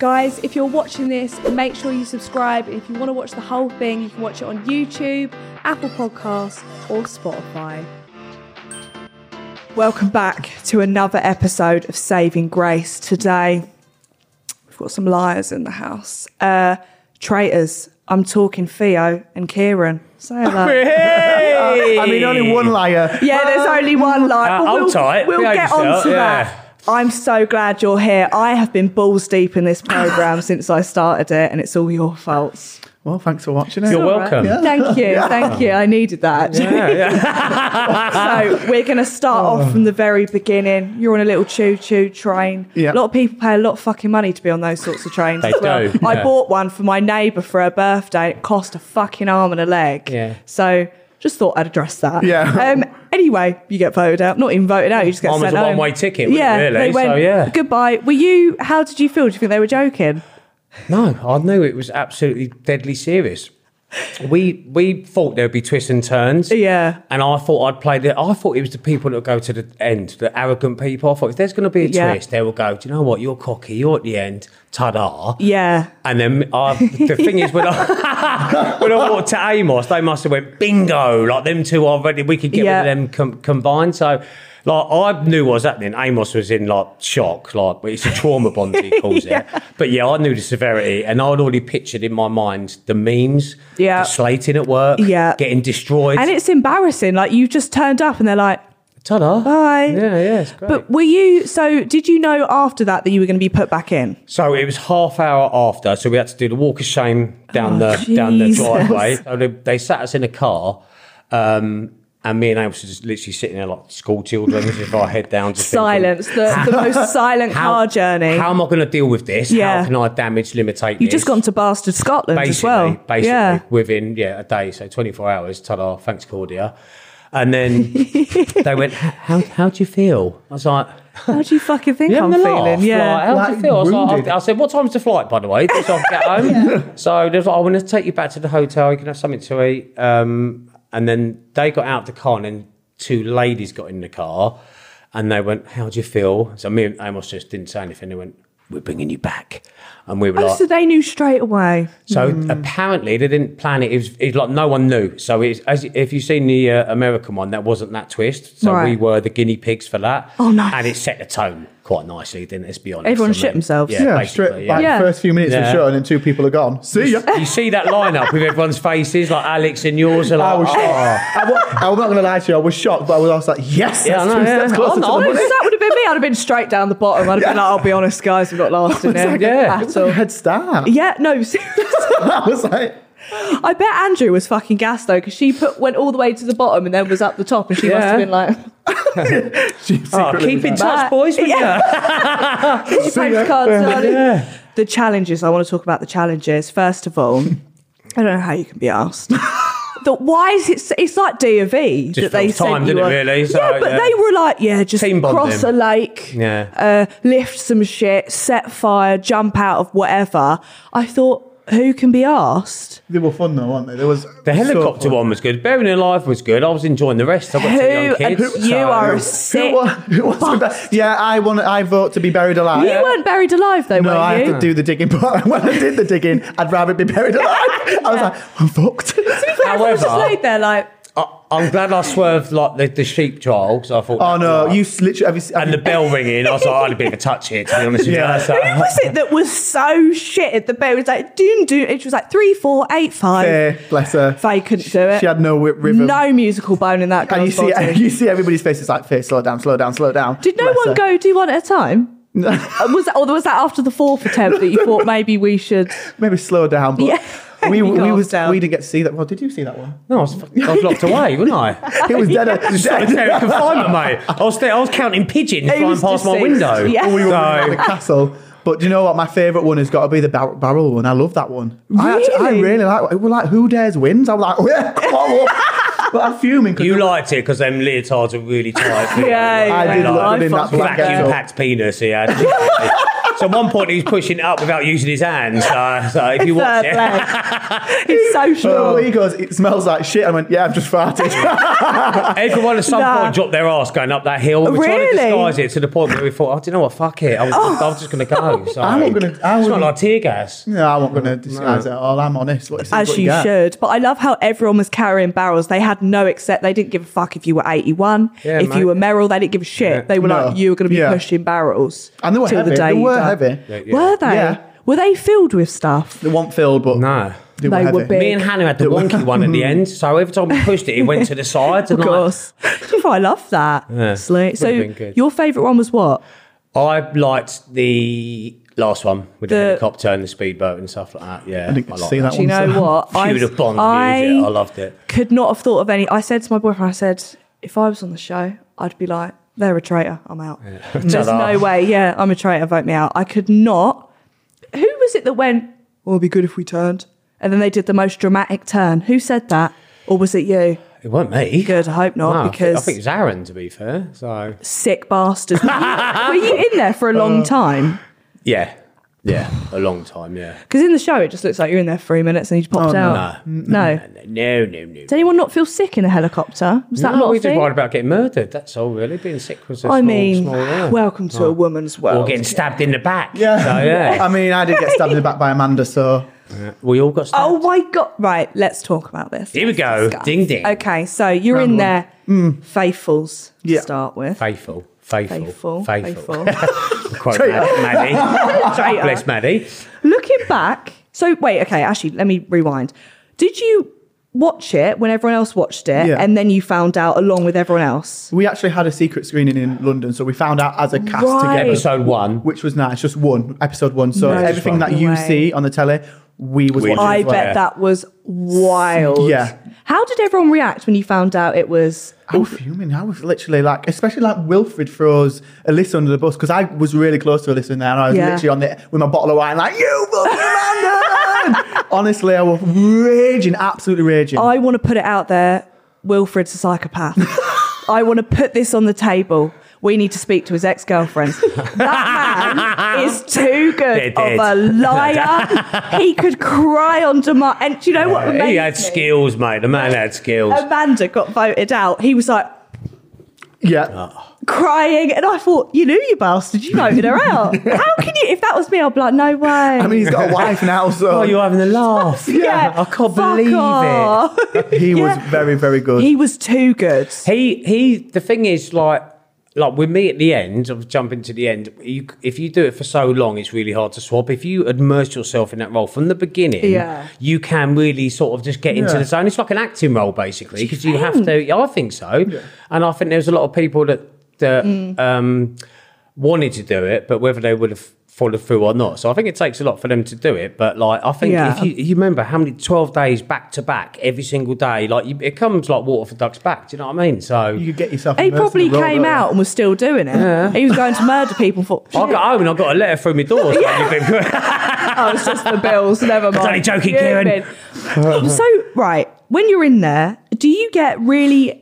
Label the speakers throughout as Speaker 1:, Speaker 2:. Speaker 1: Guys, if you're watching this, make sure you subscribe. If you want to watch the whole thing, you can watch it on YouTube, Apple Podcasts, or Spotify. Welcome back to another episode of Saving Grace. Today, we've got some liars in the house. Uh, traitors. I'm talking Theo and Kieran. Say hello.
Speaker 2: I mean, only one liar.
Speaker 1: Yeah, there's only one line.
Speaker 3: Uh,
Speaker 1: But
Speaker 3: I'm tight.
Speaker 1: We'll,
Speaker 3: Behave
Speaker 1: get
Speaker 3: yourself,
Speaker 1: on to
Speaker 3: yeah.
Speaker 1: that. I'm so glad you're here. I have been balls deep in this program since I started it, and it's all your faults.
Speaker 2: Well, thanks for watching it.
Speaker 3: You're welcome.
Speaker 1: Thank you, thank you. I needed that. actually.
Speaker 3: Yeah, yeah. Ah.
Speaker 1: so we're going to start off from the very beginning. You're on a little choo-choo train. A
Speaker 2: Yeah.
Speaker 1: lot of people pay a lot of fucking money to be on those sorts of trains.
Speaker 3: They
Speaker 1: as well.
Speaker 3: do,
Speaker 1: I
Speaker 3: yeah.
Speaker 1: bought one for my neighbour for her birthday. It cost a fucking arm and a leg.
Speaker 3: Yeah.
Speaker 1: So just thought I'd address that.
Speaker 2: Yeah.
Speaker 1: Um. Anyway, you get voted out. Not even voted out. You just get
Speaker 3: Mine was
Speaker 1: sent
Speaker 3: a
Speaker 1: home.
Speaker 3: one-way ticket, wasn't it,
Speaker 1: yeah.
Speaker 3: really?
Speaker 1: They went,
Speaker 3: So, yeah.
Speaker 1: Goodbye. Were you? How did you feel? Do you think they were joking?
Speaker 3: No, I knew it was absolutely deadly serious. We we thought there'd be twists and turns.
Speaker 1: Yeah.
Speaker 3: And I thought I'd play the. I thought it was the people that go to the end, the arrogant people. I thought if there's going to be a
Speaker 1: Yeah.
Speaker 3: twist, they will go. Do you know what? You're cocky. You're at the end. Ta-da.
Speaker 1: Yeah.
Speaker 3: And then I, the thing is, when I, when I walked to Amos, they must have went bingo. Like them two already, we could get
Speaker 1: Yeah.
Speaker 3: rid of them com- combined. So, like I knew what was happening. Amos was in like shock. Like but it's a trauma bond he calls it. But yeah, I knew the severity, and I'd already pictured in my mind the memes,
Speaker 1: Yeah.
Speaker 3: the slating at work,
Speaker 1: Yeah.
Speaker 3: getting destroyed.
Speaker 1: And it's embarrassing. Like you just turned up and they're like,
Speaker 3: ta-da.
Speaker 1: Bye.
Speaker 3: Yeah, yeah, it's great.
Speaker 1: But were you so did you know after that that you were going to be put back in?
Speaker 3: So it was half hour after, so we had to do the walk of shame down
Speaker 1: Oh,
Speaker 3: the down the
Speaker 1: Jesus.
Speaker 3: driveway. So they, they sat us in a car, um, and me and Amos were just literally sitting there like school children, just with our head down, just thinking,
Speaker 1: Silence, the, the most silent
Speaker 3: how-
Speaker 1: car journey.
Speaker 3: How am I going to deal with this?
Speaker 1: Yeah.
Speaker 3: How can I damage limitate?
Speaker 1: You've
Speaker 3: this?
Speaker 1: just gone to bastard Scotland
Speaker 3: basically,
Speaker 1: as well.
Speaker 3: basically
Speaker 1: yeah.
Speaker 3: within yeah a day, so twenty four hours. Ta-da, thanks, Cordia. And then they went, "H- "How how do you feel?" I was like.
Speaker 1: How do you fucking think I'm
Speaker 3: having a
Speaker 1: feeling?
Speaker 3: laugh? Like,
Speaker 1: Yeah.
Speaker 3: how do
Speaker 2: Like,
Speaker 3: you feel? I, was like,
Speaker 2: wounded.
Speaker 3: I, I said, what time's the flight, by the way? So I can get home. So they was like, I want to take you back to the hotel. You can have something to eat. Um, and then they got out the car, and then two ladies got in the car, and they went, "How do you feel?" So me and Amos just didn't say anything. They went, "We're bringing you back," and we were
Speaker 1: Oh,
Speaker 3: like,
Speaker 1: so they knew straight away.
Speaker 3: so
Speaker 1: Hmm.
Speaker 3: apparently they didn't plan it. It was it's like no one knew. So it's as if you've seen the uh, American one, that wasn't that twist. So we
Speaker 1: Right.
Speaker 3: were the guinea pigs for that.
Speaker 1: Oh, nice.
Speaker 3: And it set the tone quite nicely, didn't it? Let's be honest.
Speaker 1: Everyone
Speaker 3: I
Speaker 1: shit
Speaker 3: mean,
Speaker 1: themselves.
Speaker 3: Yeah,
Speaker 2: Yeah,
Speaker 3: basically,
Speaker 2: straight
Speaker 3: yeah.
Speaker 2: back
Speaker 1: Yeah.
Speaker 2: first few minutes of
Speaker 3: Yeah.
Speaker 2: the show, and then two people are gone. See ya.
Speaker 3: You see that lineup with everyone's faces, like Alex and yours are like,
Speaker 2: I was
Speaker 3: "Oh."
Speaker 2: shocked. Ah. I wa- I'm not going to lie to you. I was shocked, but I was also like, yes,
Speaker 3: Yeah, I
Speaker 2: that's,
Speaker 3: know,
Speaker 2: true,
Speaker 3: yeah.
Speaker 2: that's closer
Speaker 3: I'm
Speaker 2: to
Speaker 3: not-
Speaker 2: the
Speaker 1: Honestly,
Speaker 2: money.
Speaker 1: Oh, that would have been me. I'd have been straight down the bottom. I'd have been like, I'll be honest, guys, we've got lost in it.
Speaker 3: Yeah.
Speaker 2: It's a head start.
Speaker 1: Yeah, no, seriously.
Speaker 2: I was like,
Speaker 1: I bet Andrew was fucking gassed though, because she put went all the way to the bottom and then was up the top, and she must have
Speaker 3: Yeah.
Speaker 1: been like,
Speaker 2: she
Speaker 3: Oh,
Speaker 2: secretly
Speaker 3: keep in
Speaker 2: was
Speaker 3: touch, boys. wouldn't ya?
Speaker 1: Your postcards, darling. The challenges. I want to talk about the challenges. First of all, I don't know how you can be asked. That why is it? s- It's like D of E
Speaker 3: Just
Speaker 1: that they
Speaker 3: feels
Speaker 1: sent
Speaker 3: timed,
Speaker 1: you
Speaker 3: didn't it,
Speaker 1: on.
Speaker 3: really? So,
Speaker 1: yeah, but
Speaker 3: yeah.
Speaker 1: they were like, yeah, just
Speaker 3: Team bonding.
Speaker 1: cross a lake,
Speaker 3: Yeah.
Speaker 1: uh, lift some shit, set fire, jump out of whatever. I thought, who can be asked?
Speaker 2: They were fun though, weren't they? There was
Speaker 3: The helicopter one was good. Bearing in life was good. I was enjoying the rest. I've got two young
Speaker 1: Who-
Speaker 3: kids.
Speaker 1: who- you are a sick.
Speaker 2: Who wa- who wants to be buried? Yeah, I want. I vote to be buried alive.
Speaker 1: you weren't buried alive though,
Speaker 2: No,
Speaker 1: were
Speaker 2: I
Speaker 1: you?
Speaker 2: had to do the digging, but when I did the digging, I'd rather be buried alive. I was like, I'm fucked.
Speaker 1: Everyone was just
Speaker 3: However-
Speaker 1: laid there like.
Speaker 3: I, I'm glad I swerved like the, the sheep trial because I thought.
Speaker 2: Oh
Speaker 3: that
Speaker 2: no,
Speaker 3: was
Speaker 2: you s- literally. Have you, seen- have
Speaker 3: and
Speaker 2: you,
Speaker 3: the bell ringing. I was like, I'd have been a touch here, to be honest with
Speaker 2: Yeah.
Speaker 3: you. So,
Speaker 1: Who was it that was so shit at the bit? It was like doom doom. It was like three, four, eight, five.
Speaker 2: Eh, bless her.
Speaker 1: Faye couldn't do it.
Speaker 2: She had no wi- rhythm.
Speaker 1: No musical bone in that
Speaker 2: And you
Speaker 1: girl's
Speaker 2: see,
Speaker 1: body.
Speaker 2: you see everybody's face. It's like, face, slow down, slow down, slow down.
Speaker 1: Did no
Speaker 2: Bless
Speaker 1: one
Speaker 2: her.
Speaker 1: go do one at a time? Uh, was that, or was that after the fourth attempt that you thought maybe we should?
Speaker 2: Maybe slow down. But
Speaker 1: Yeah.
Speaker 2: we
Speaker 1: You
Speaker 2: we
Speaker 1: calmed
Speaker 2: was
Speaker 1: down.
Speaker 2: we didn't get to see that. Well, did you see that one?
Speaker 3: no, I was, fucking- I was locked away, wasn't I?
Speaker 2: It was dead. dead.
Speaker 3: Solitary confinement, mate. I was, there, I was counting pigeons
Speaker 1: He
Speaker 3: flying
Speaker 1: was
Speaker 3: past my
Speaker 1: deceased.
Speaker 3: window.
Speaker 1: Yeah.
Speaker 2: We were in
Speaker 3: So,
Speaker 2: the castle. But do you know what? My favourite one has got to be the bar- barrel one. I love that one. I, actually, I
Speaker 1: Really?
Speaker 2: really like it. was like, who dares wins? I was like, oh, yeah, come on. but I'm fuming. 'cause
Speaker 3: You liked it because them leotards are really tight.
Speaker 1: Yeah, yeah.
Speaker 2: I did
Speaker 1: I
Speaker 2: look good in that
Speaker 1: fucking love
Speaker 2: black
Speaker 3: vacuum
Speaker 2: ghetto.
Speaker 3: packed penis he had. so at one point he was pushing it up without using his hands. So, so if you watch
Speaker 1: Third
Speaker 3: it,
Speaker 1: leg. He's
Speaker 2: So
Speaker 1: social.
Speaker 2: he goes, it smells like shit. I went, yeah, I've just farted.
Speaker 3: everyone at some
Speaker 1: Nah.
Speaker 3: point dropped their ass going up that hill. We were trying to
Speaker 1: Really? Oh.
Speaker 3: disguise it to the point where we thought, oh, do you know what? Fuck it. I was, I was just going to go. So
Speaker 2: I'm not gonna- I
Speaker 3: it's not
Speaker 2: wouldn't-
Speaker 3: like tear gas.
Speaker 2: no, I'm not going to disguise it at all. I'm honest. What,
Speaker 1: As
Speaker 2: what
Speaker 1: you
Speaker 2: get.
Speaker 1: should. But I love how everyone was carrying barrels. They had no accept. They didn't give a fuck if you were 81,
Speaker 3: Yeah,
Speaker 1: if
Speaker 3: mate.
Speaker 1: you were Merrill. They didn't give a shit. They were
Speaker 2: No.
Speaker 1: like, you were going to be
Speaker 2: Yeah.
Speaker 1: pushing barrels.
Speaker 2: And they were
Speaker 1: till
Speaker 2: heavy.
Speaker 1: The day
Speaker 2: they
Speaker 1: you
Speaker 2: were
Speaker 1: died.
Speaker 2: heavy.
Speaker 3: Yeah.
Speaker 1: Were they?
Speaker 2: Yeah.
Speaker 1: Were they filled with stuff?
Speaker 2: They weren't filled, but
Speaker 3: No.
Speaker 1: They
Speaker 2: they were
Speaker 1: were
Speaker 2: heavy.
Speaker 1: big.
Speaker 3: Me and Hannah had the wonky one at the end, so every time we pushed it, it went to the sides.
Speaker 1: Of
Speaker 3: And like,
Speaker 1: course. I love that. Slick. So
Speaker 3: would've been good.
Speaker 1: your favourite one was what?
Speaker 3: I liked the last one with the,
Speaker 1: The-
Speaker 3: helicopter and the speedboat and stuff like that. Yeah, I
Speaker 2: didn't get to
Speaker 3: liked
Speaker 2: see that
Speaker 1: Do you know
Speaker 2: Awesome.
Speaker 1: what?
Speaker 3: Feud of Bond music. I loved it.
Speaker 1: Could not have thought of any. I said to my boyfriend, I said, if I was on the show, I'd be like, they're a traitor. I'm out. There's
Speaker 3: Ta-da.
Speaker 1: no way. Yeah, I'm a traitor. Vote me out. I could not. Who was it that went, well, it'd be good if we turned? And then they did the most dramatic turn. Who said that? Or was it you?
Speaker 3: It wasn't me.
Speaker 1: Good. I hope
Speaker 3: No, I
Speaker 1: not
Speaker 3: thi-
Speaker 1: because
Speaker 3: I think it was Aaron, to be fair. So
Speaker 1: sick bastards. were, you, were you in there for a
Speaker 3: Uh.
Speaker 1: long time?
Speaker 3: yeah, yeah, a long time. Yeah.
Speaker 1: Because in the show, it just looks like you're in there three minutes and you just popped out. No.
Speaker 3: Oh, No, no, no.
Speaker 1: Did anyone not feel sick in a helicopter? Was that
Speaker 3: no,
Speaker 1: not
Speaker 3: we
Speaker 1: a
Speaker 3: just
Speaker 1: thing?
Speaker 3: worried about getting murdered. That's all, really. Being sick was a
Speaker 1: I
Speaker 3: small,
Speaker 1: mean,
Speaker 3: small yeah.
Speaker 1: welcome to a woman's
Speaker 3: or
Speaker 1: world.
Speaker 3: getting stabbed in the back.
Speaker 2: Yeah.
Speaker 3: So, yeah.
Speaker 2: I mean, I did get stabbed in the back by Amanda, so
Speaker 3: we all got stabbed.
Speaker 1: Oh my god! Right, let's talk about this.
Speaker 3: Here we
Speaker 1: Let's
Speaker 3: go.
Speaker 1: discuss.
Speaker 3: Ding, ding.
Speaker 1: Okay, so you're in
Speaker 2: one. Mm.
Speaker 1: there, faithfuls to
Speaker 2: Yeah.
Speaker 1: start with.
Speaker 3: Faithful.
Speaker 1: Faithful,
Speaker 3: Faithful.
Speaker 1: faithful.
Speaker 3: Quote Mad- Maddie.
Speaker 1: Traitor.
Speaker 3: Bless Maddie.
Speaker 1: Looking back, so wait, okay, actually, let me rewind. Did you watch it when everyone else watched it,
Speaker 2: Yeah.
Speaker 1: and then you found out along with everyone else?
Speaker 2: we actually had a secret screening in London, so we found out as a cast
Speaker 1: Right.
Speaker 2: together.
Speaker 3: Episode one.
Speaker 2: which was nice. Just one episode one. So
Speaker 1: No
Speaker 2: everything that
Speaker 1: fucking
Speaker 2: you
Speaker 1: way.
Speaker 2: see on the telly, we was
Speaker 3: We
Speaker 2: watching.
Speaker 1: I
Speaker 2: as well.
Speaker 1: bet that was wild.
Speaker 2: Yeah.
Speaker 1: How did everyone react when you found out it was?
Speaker 2: I was fuming. I was literally like, especially like Wilfred throws Alyssa under the bus because I was really close to Alyssa in there, and I was
Speaker 1: Yeah.
Speaker 2: literally on the with my bottle of wine like, "You fucking man!" Honestly, I was raging, absolutely raging.
Speaker 1: I want to put it out there. Wilfred's a psychopath. I want to put this on the table. We need to speak to his ex girlfriends. That man is too
Speaker 3: They're
Speaker 1: good
Speaker 3: dead.
Speaker 1: of a liar. he could cry on demand. And do you know what?
Speaker 3: He
Speaker 1: amazed
Speaker 3: had
Speaker 1: me?
Speaker 3: skills, mate. The man had skills.
Speaker 1: Amanda got voted out. He was like
Speaker 2: yeah,
Speaker 1: crying, and I thought, you knew you bastard. You voted her out. How can you? If that was me, I'd be like, no way.
Speaker 2: I mean, he's got a wife now, so
Speaker 3: Oh, you're having a laugh.
Speaker 1: Yeah.
Speaker 3: I can't
Speaker 1: Fuck
Speaker 3: believe it.
Speaker 1: off.
Speaker 2: he was
Speaker 1: Yeah.
Speaker 2: very, very good.
Speaker 1: He was too good.
Speaker 3: He he. The thing is, like, like with me at the end of jumping to the end. You, if you do it for so long, it's really hard to swap. If you immerse yourself in that role from the beginning,
Speaker 1: Yeah.
Speaker 3: you can really sort of just get into
Speaker 2: Yeah.
Speaker 3: the zone. It's like an acting role basically because you, have to. yeah, I think so, and I think there's a lot of people that that um, wanted to do it, but whether they would have followed through or not. So I think it takes a lot for them to do it. But like I think
Speaker 1: Yeah.
Speaker 3: if you, you remember how many twelve days back to back every single day, like you, it comes like water for ducks back. Do you know what I mean? So
Speaker 2: you could get yourself.
Speaker 1: He
Speaker 2: immersed in
Speaker 1: probably
Speaker 2: the role,
Speaker 1: came
Speaker 2: don't you?
Speaker 1: out and was still doing it. He was going to murder people. and Thought,
Speaker 3: I got home and I got a letter through my door. saying you've been-
Speaker 1: oh, it's just the bills. Never mind.
Speaker 3: only joking,
Speaker 1: You've
Speaker 3: Kieran.
Speaker 1: been- so, right, when you're in there, do you get really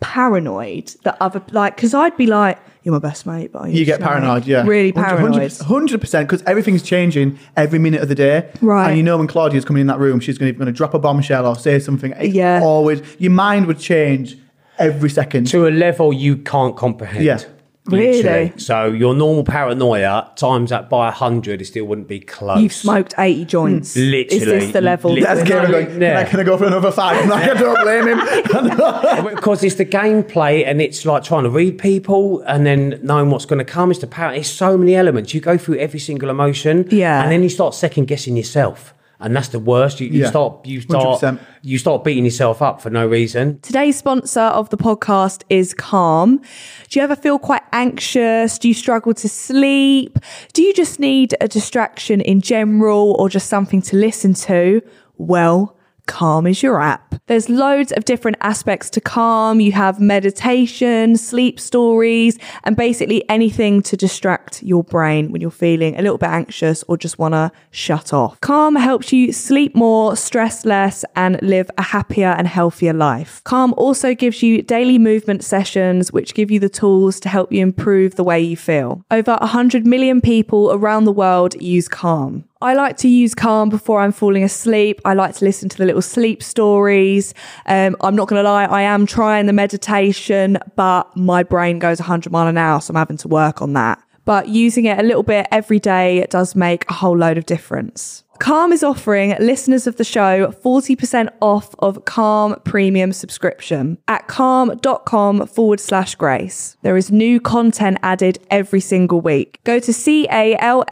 Speaker 1: paranoid that other like? Because I'd be like, "You're my best mate," but
Speaker 2: You get paranoid, yeah.
Speaker 1: really paranoid.
Speaker 2: Hundred percent, because everything's changing every minute of the day.
Speaker 1: Right.
Speaker 2: And you know when Claudia's coming in that room, she's going to drop a bombshell or say something. It's
Speaker 1: Yeah.
Speaker 2: Always, your mind would change every second.
Speaker 3: to a level you can't comprehend.
Speaker 2: Yeah.
Speaker 3: Literally.
Speaker 1: Really?
Speaker 3: So your normal paranoia times that by hundred, it still wouldn't be close.
Speaker 1: You've smoked eighty joints.
Speaker 3: Literally.
Speaker 1: is this the level?
Speaker 3: Literally.
Speaker 2: That's
Speaker 1: that
Speaker 2: Kieran
Speaker 1: we're
Speaker 2: going.
Speaker 3: Yeah.
Speaker 2: Can I, can I go for another five? And I don't blame him.
Speaker 3: because it's the gameplay and it's like trying to read people and then knowing what's going to come. It's the power. It's so many elements. You go through every single emotion,
Speaker 1: Yeah.
Speaker 3: and then you start second guessing yourself, and that's the worst. You, you
Speaker 2: Yeah.
Speaker 3: start, you start,
Speaker 2: 100%.
Speaker 3: you start beating yourself up for no reason.
Speaker 1: Today's sponsor of the podcast is Calm. Do you ever feel quite anxious? Do you struggle to sleep? Do you just need a distraction in general or just something to listen to? Well, Calm is your app. There's loads of different aspects to Calm. You have meditation, sleep stories, and basically anything to distract your brain when you're feeling a little bit anxious or just want to shut off. Calm helps you sleep more, stress less, and live a happier and healthier life. Calm also gives you daily movement sessions, which give you the tools to help you improve the way you feel. Over 100 million people around the world use Calm. I like to use Calm before I'm falling asleep. I like to listen to the little sleep stories. Um, I'm not going to lie, I am trying the meditation, but my brain goes 100 mile an hour, so I'm having to work on that. But using it a little bit every day does make a whole load of difference. Calm is offering listeners of the show 40% off of Calm Premium subscription at calm.com forward slash grace. There is new content added every single week. Go to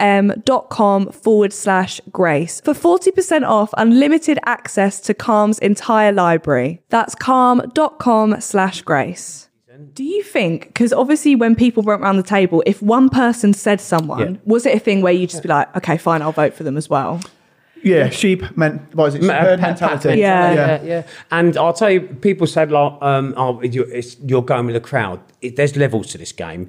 Speaker 1: calm.com forward slash grace for 40% off unlimited access to Calm's entire library. That's calm.com slash grace. Do you think, because obviously when people went around the table, if one person said someone,
Speaker 3: Yeah.
Speaker 1: was it a thing where you just be like, okay, fine, I'll vote for them as well?
Speaker 2: Yeah, sheep meant what is it?
Speaker 3: Ma-
Speaker 2: Herd
Speaker 3: pa-
Speaker 2: mentality.
Speaker 1: Yeah.
Speaker 3: yeah, yeah. And I'll tell you, people said, like, um, oh, you- it's- you're going with the crowd. It, there's levels to this game.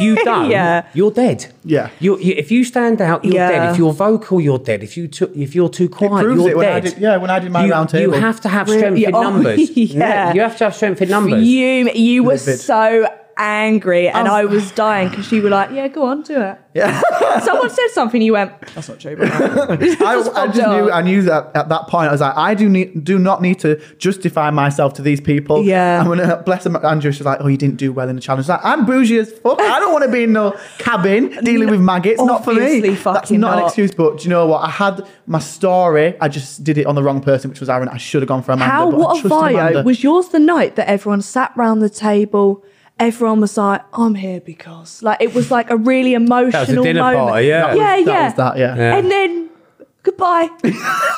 Speaker 3: you don't,
Speaker 1: Yeah.
Speaker 3: you're dead.
Speaker 2: Yeah.
Speaker 3: You, you, if you stand out, you're
Speaker 1: Yeah.
Speaker 3: dead. If you're vocal, you're dead. If you took, if you're too quiet,
Speaker 2: proves
Speaker 3: you're
Speaker 2: it when I
Speaker 3: dead.
Speaker 2: did- yeah, when I did my
Speaker 3: you,
Speaker 2: round
Speaker 3: you
Speaker 2: table.
Speaker 3: have to have
Speaker 1: Really?
Speaker 3: strength in
Speaker 1: Oh,
Speaker 3: numbers.
Speaker 1: yeah.
Speaker 3: you have to have strength in numbers.
Speaker 1: You, you were
Speaker 2: Livid.
Speaker 1: so angry and
Speaker 2: Oh.
Speaker 1: I was dying because you were like, yeah, go on, do it.
Speaker 2: Yeah.
Speaker 1: Someone said something, you went, that's not true. bro."
Speaker 2: I,
Speaker 1: Just
Speaker 2: I
Speaker 1: popped
Speaker 2: just knew.
Speaker 1: out.
Speaker 2: I knew that at that point. I was like, I do need, do not need to justify myself to these people.
Speaker 1: Yeah.
Speaker 2: I'm gonna bless them. Andrew. She's like, oh, you didn't do well in the challenge. Like, I'm bougie as fuck. I don't want to be in no cabin dealing with maggots. Not for me.
Speaker 1: Obviously
Speaker 2: That's
Speaker 1: fucking
Speaker 2: not, an
Speaker 1: not.
Speaker 2: excuse. But do you know what? I had my story. I just did it on the wrong person, which was Aaron. I should have gone for Amanda.
Speaker 1: How,
Speaker 2: but I
Speaker 1: what a
Speaker 2: trusted
Speaker 1: bio.
Speaker 2: Amanda.
Speaker 1: Was yours the night that everyone sat round the table? Everyone was like, I'm here because. Like, it was like a really emotional
Speaker 3: dinner
Speaker 1: moment.
Speaker 3: party, yeah. That was-
Speaker 1: yeah,
Speaker 2: that
Speaker 1: yeah.
Speaker 2: was that, yeah.
Speaker 3: Yeah.
Speaker 1: And then, goodbye.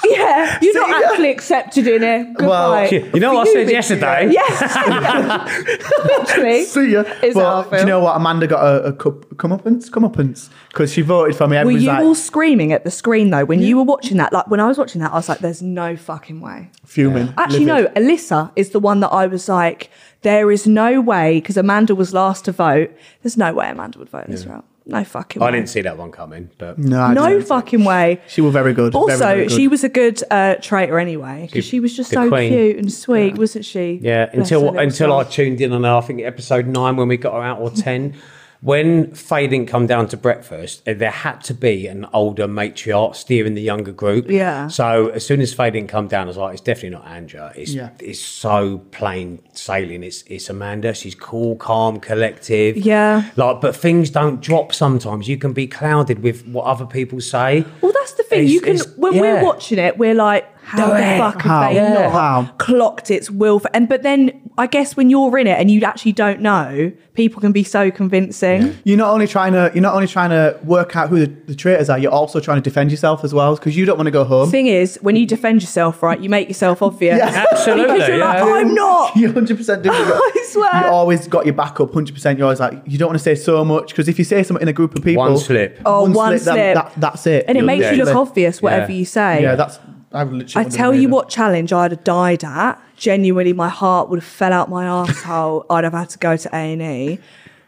Speaker 1: yeah, you're not
Speaker 2: yeah.
Speaker 1: actually accepted in here. Goodbye.
Speaker 2: Well,
Speaker 3: You know what I said yesterday?
Speaker 1: Yes. Literally.
Speaker 2: See ya.
Speaker 1: Is
Speaker 2: but
Speaker 1: how I
Speaker 2: do you
Speaker 1: feel.
Speaker 2: know what? Amanda got a, a cup, comeuppance, comeuppance, because she voted for me.
Speaker 1: Were
Speaker 2: Everyone's
Speaker 1: you
Speaker 2: like,
Speaker 1: all screaming at the screen though when you were watching that? Like when I was watching that, I was like, "There's no fucking way."
Speaker 2: fuming.
Speaker 1: Actually,
Speaker 2: livid.
Speaker 1: no. Alyssa is the one that I was like, "There is no way," because Amanda was last to vote. There's no way Amanda would vote in this round. No fucking.
Speaker 3: I
Speaker 1: way.
Speaker 3: didn't see that one coming, but
Speaker 2: No, I
Speaker 1: No
Speaker 2: didn't.
Speaker 1: fucking way.
Speaker 2: She was very good.
Speaker 1: But also,
Speaker 2: very, very good.
Speaker 1: she was a good uh, traitor anyway because she, was just
Speaker 3: the
Speaker 1: so
Speaker 3: queen.
Speaker 1: cute and sweet, wasn't she?
Speaker 3: Yeah,
Speaker 1: Bless her
Speaker 3: until
Speaker 1: little
Speaker 3: until
Speaker 1: soul.
Speaker 3: I tuned in on I think episode nine when we got her out or ten, when Faye didn't come down to breakfast, eh, there had to be an older matriarch steering the younger group.
Speaker 1: Yeah.
Speaker 3: So as soon as Faye didn't come down, I was like, it's definitely not Andrea. It's
Speaker 2: Yeah.
Speaker 3: it's so plain sailing. It's it's Amanda. She's cool, calm, collective.
Speaker 1: Yeah.
Speaker 3: Like, but things don't drop sometimes. You can be clouded with what other people say.
Speaker 1: Well, that's the thing.
Speaker 3: It's-
Speaker 1: you can
Speaker 3: it's-
Speaker 1: when we're
Speaker 3: yeah.
Speaker 1: watching it, we're like, how
Speaker 3: Do
Speaker 1: the
Speaker 3: it.
Speaker 1: fuck
Speaker 2: How?
Speaker 1: have they
Speaker 2: Yeah.
Speaker 1: not
Speaker 2: How?
Speaker 1: clocked its will? For, and but then I guess when you're in it and you actually don't know, people can be so convincing.
Speaker 2: you're not only trying to you're not only trying to work out who the, the traitors are, you're also trying to defend yourself as well because you don't want to go home.
Speaker 1: Thing is, when you defend yourself, right, you make yourself obvious.
Speaker 3: Absolutely,
Speaker 1: Because you're like,
Speaker 3: yeah.
Speaker 1: I'm not.
Speaker 2: You 100 percent do.
Speaker 1: I swear.
Speaker 2: You always got your back up. 100. percent You're always like you don't want to say so much because if you say something in a group of people,
Speaker 3: One slip.
Speaker 1: Oh,
Speaker 2: one
Speaker 1: one
Speaker 2: then
Speaker 1: slip.
Speaker 2: that, that's it.
Speaker 1: And it
Speaker 2: You're
Speaker 1: makes you
Speaker 3: dead.
Speaker 1: look
Speaker 2: literally-
Speaker 1: obvious, whatever
Speaker 3: Yeah.
Speaker 1: you say.
Speaker 2: Yeah, that's I would
Speaker 1: I
Speaker 2: literally.
Speaker 1: tell you what challenge I'd have died at. Genuinely, my heart would have fell out my asshole. I'd have had to go to A and E.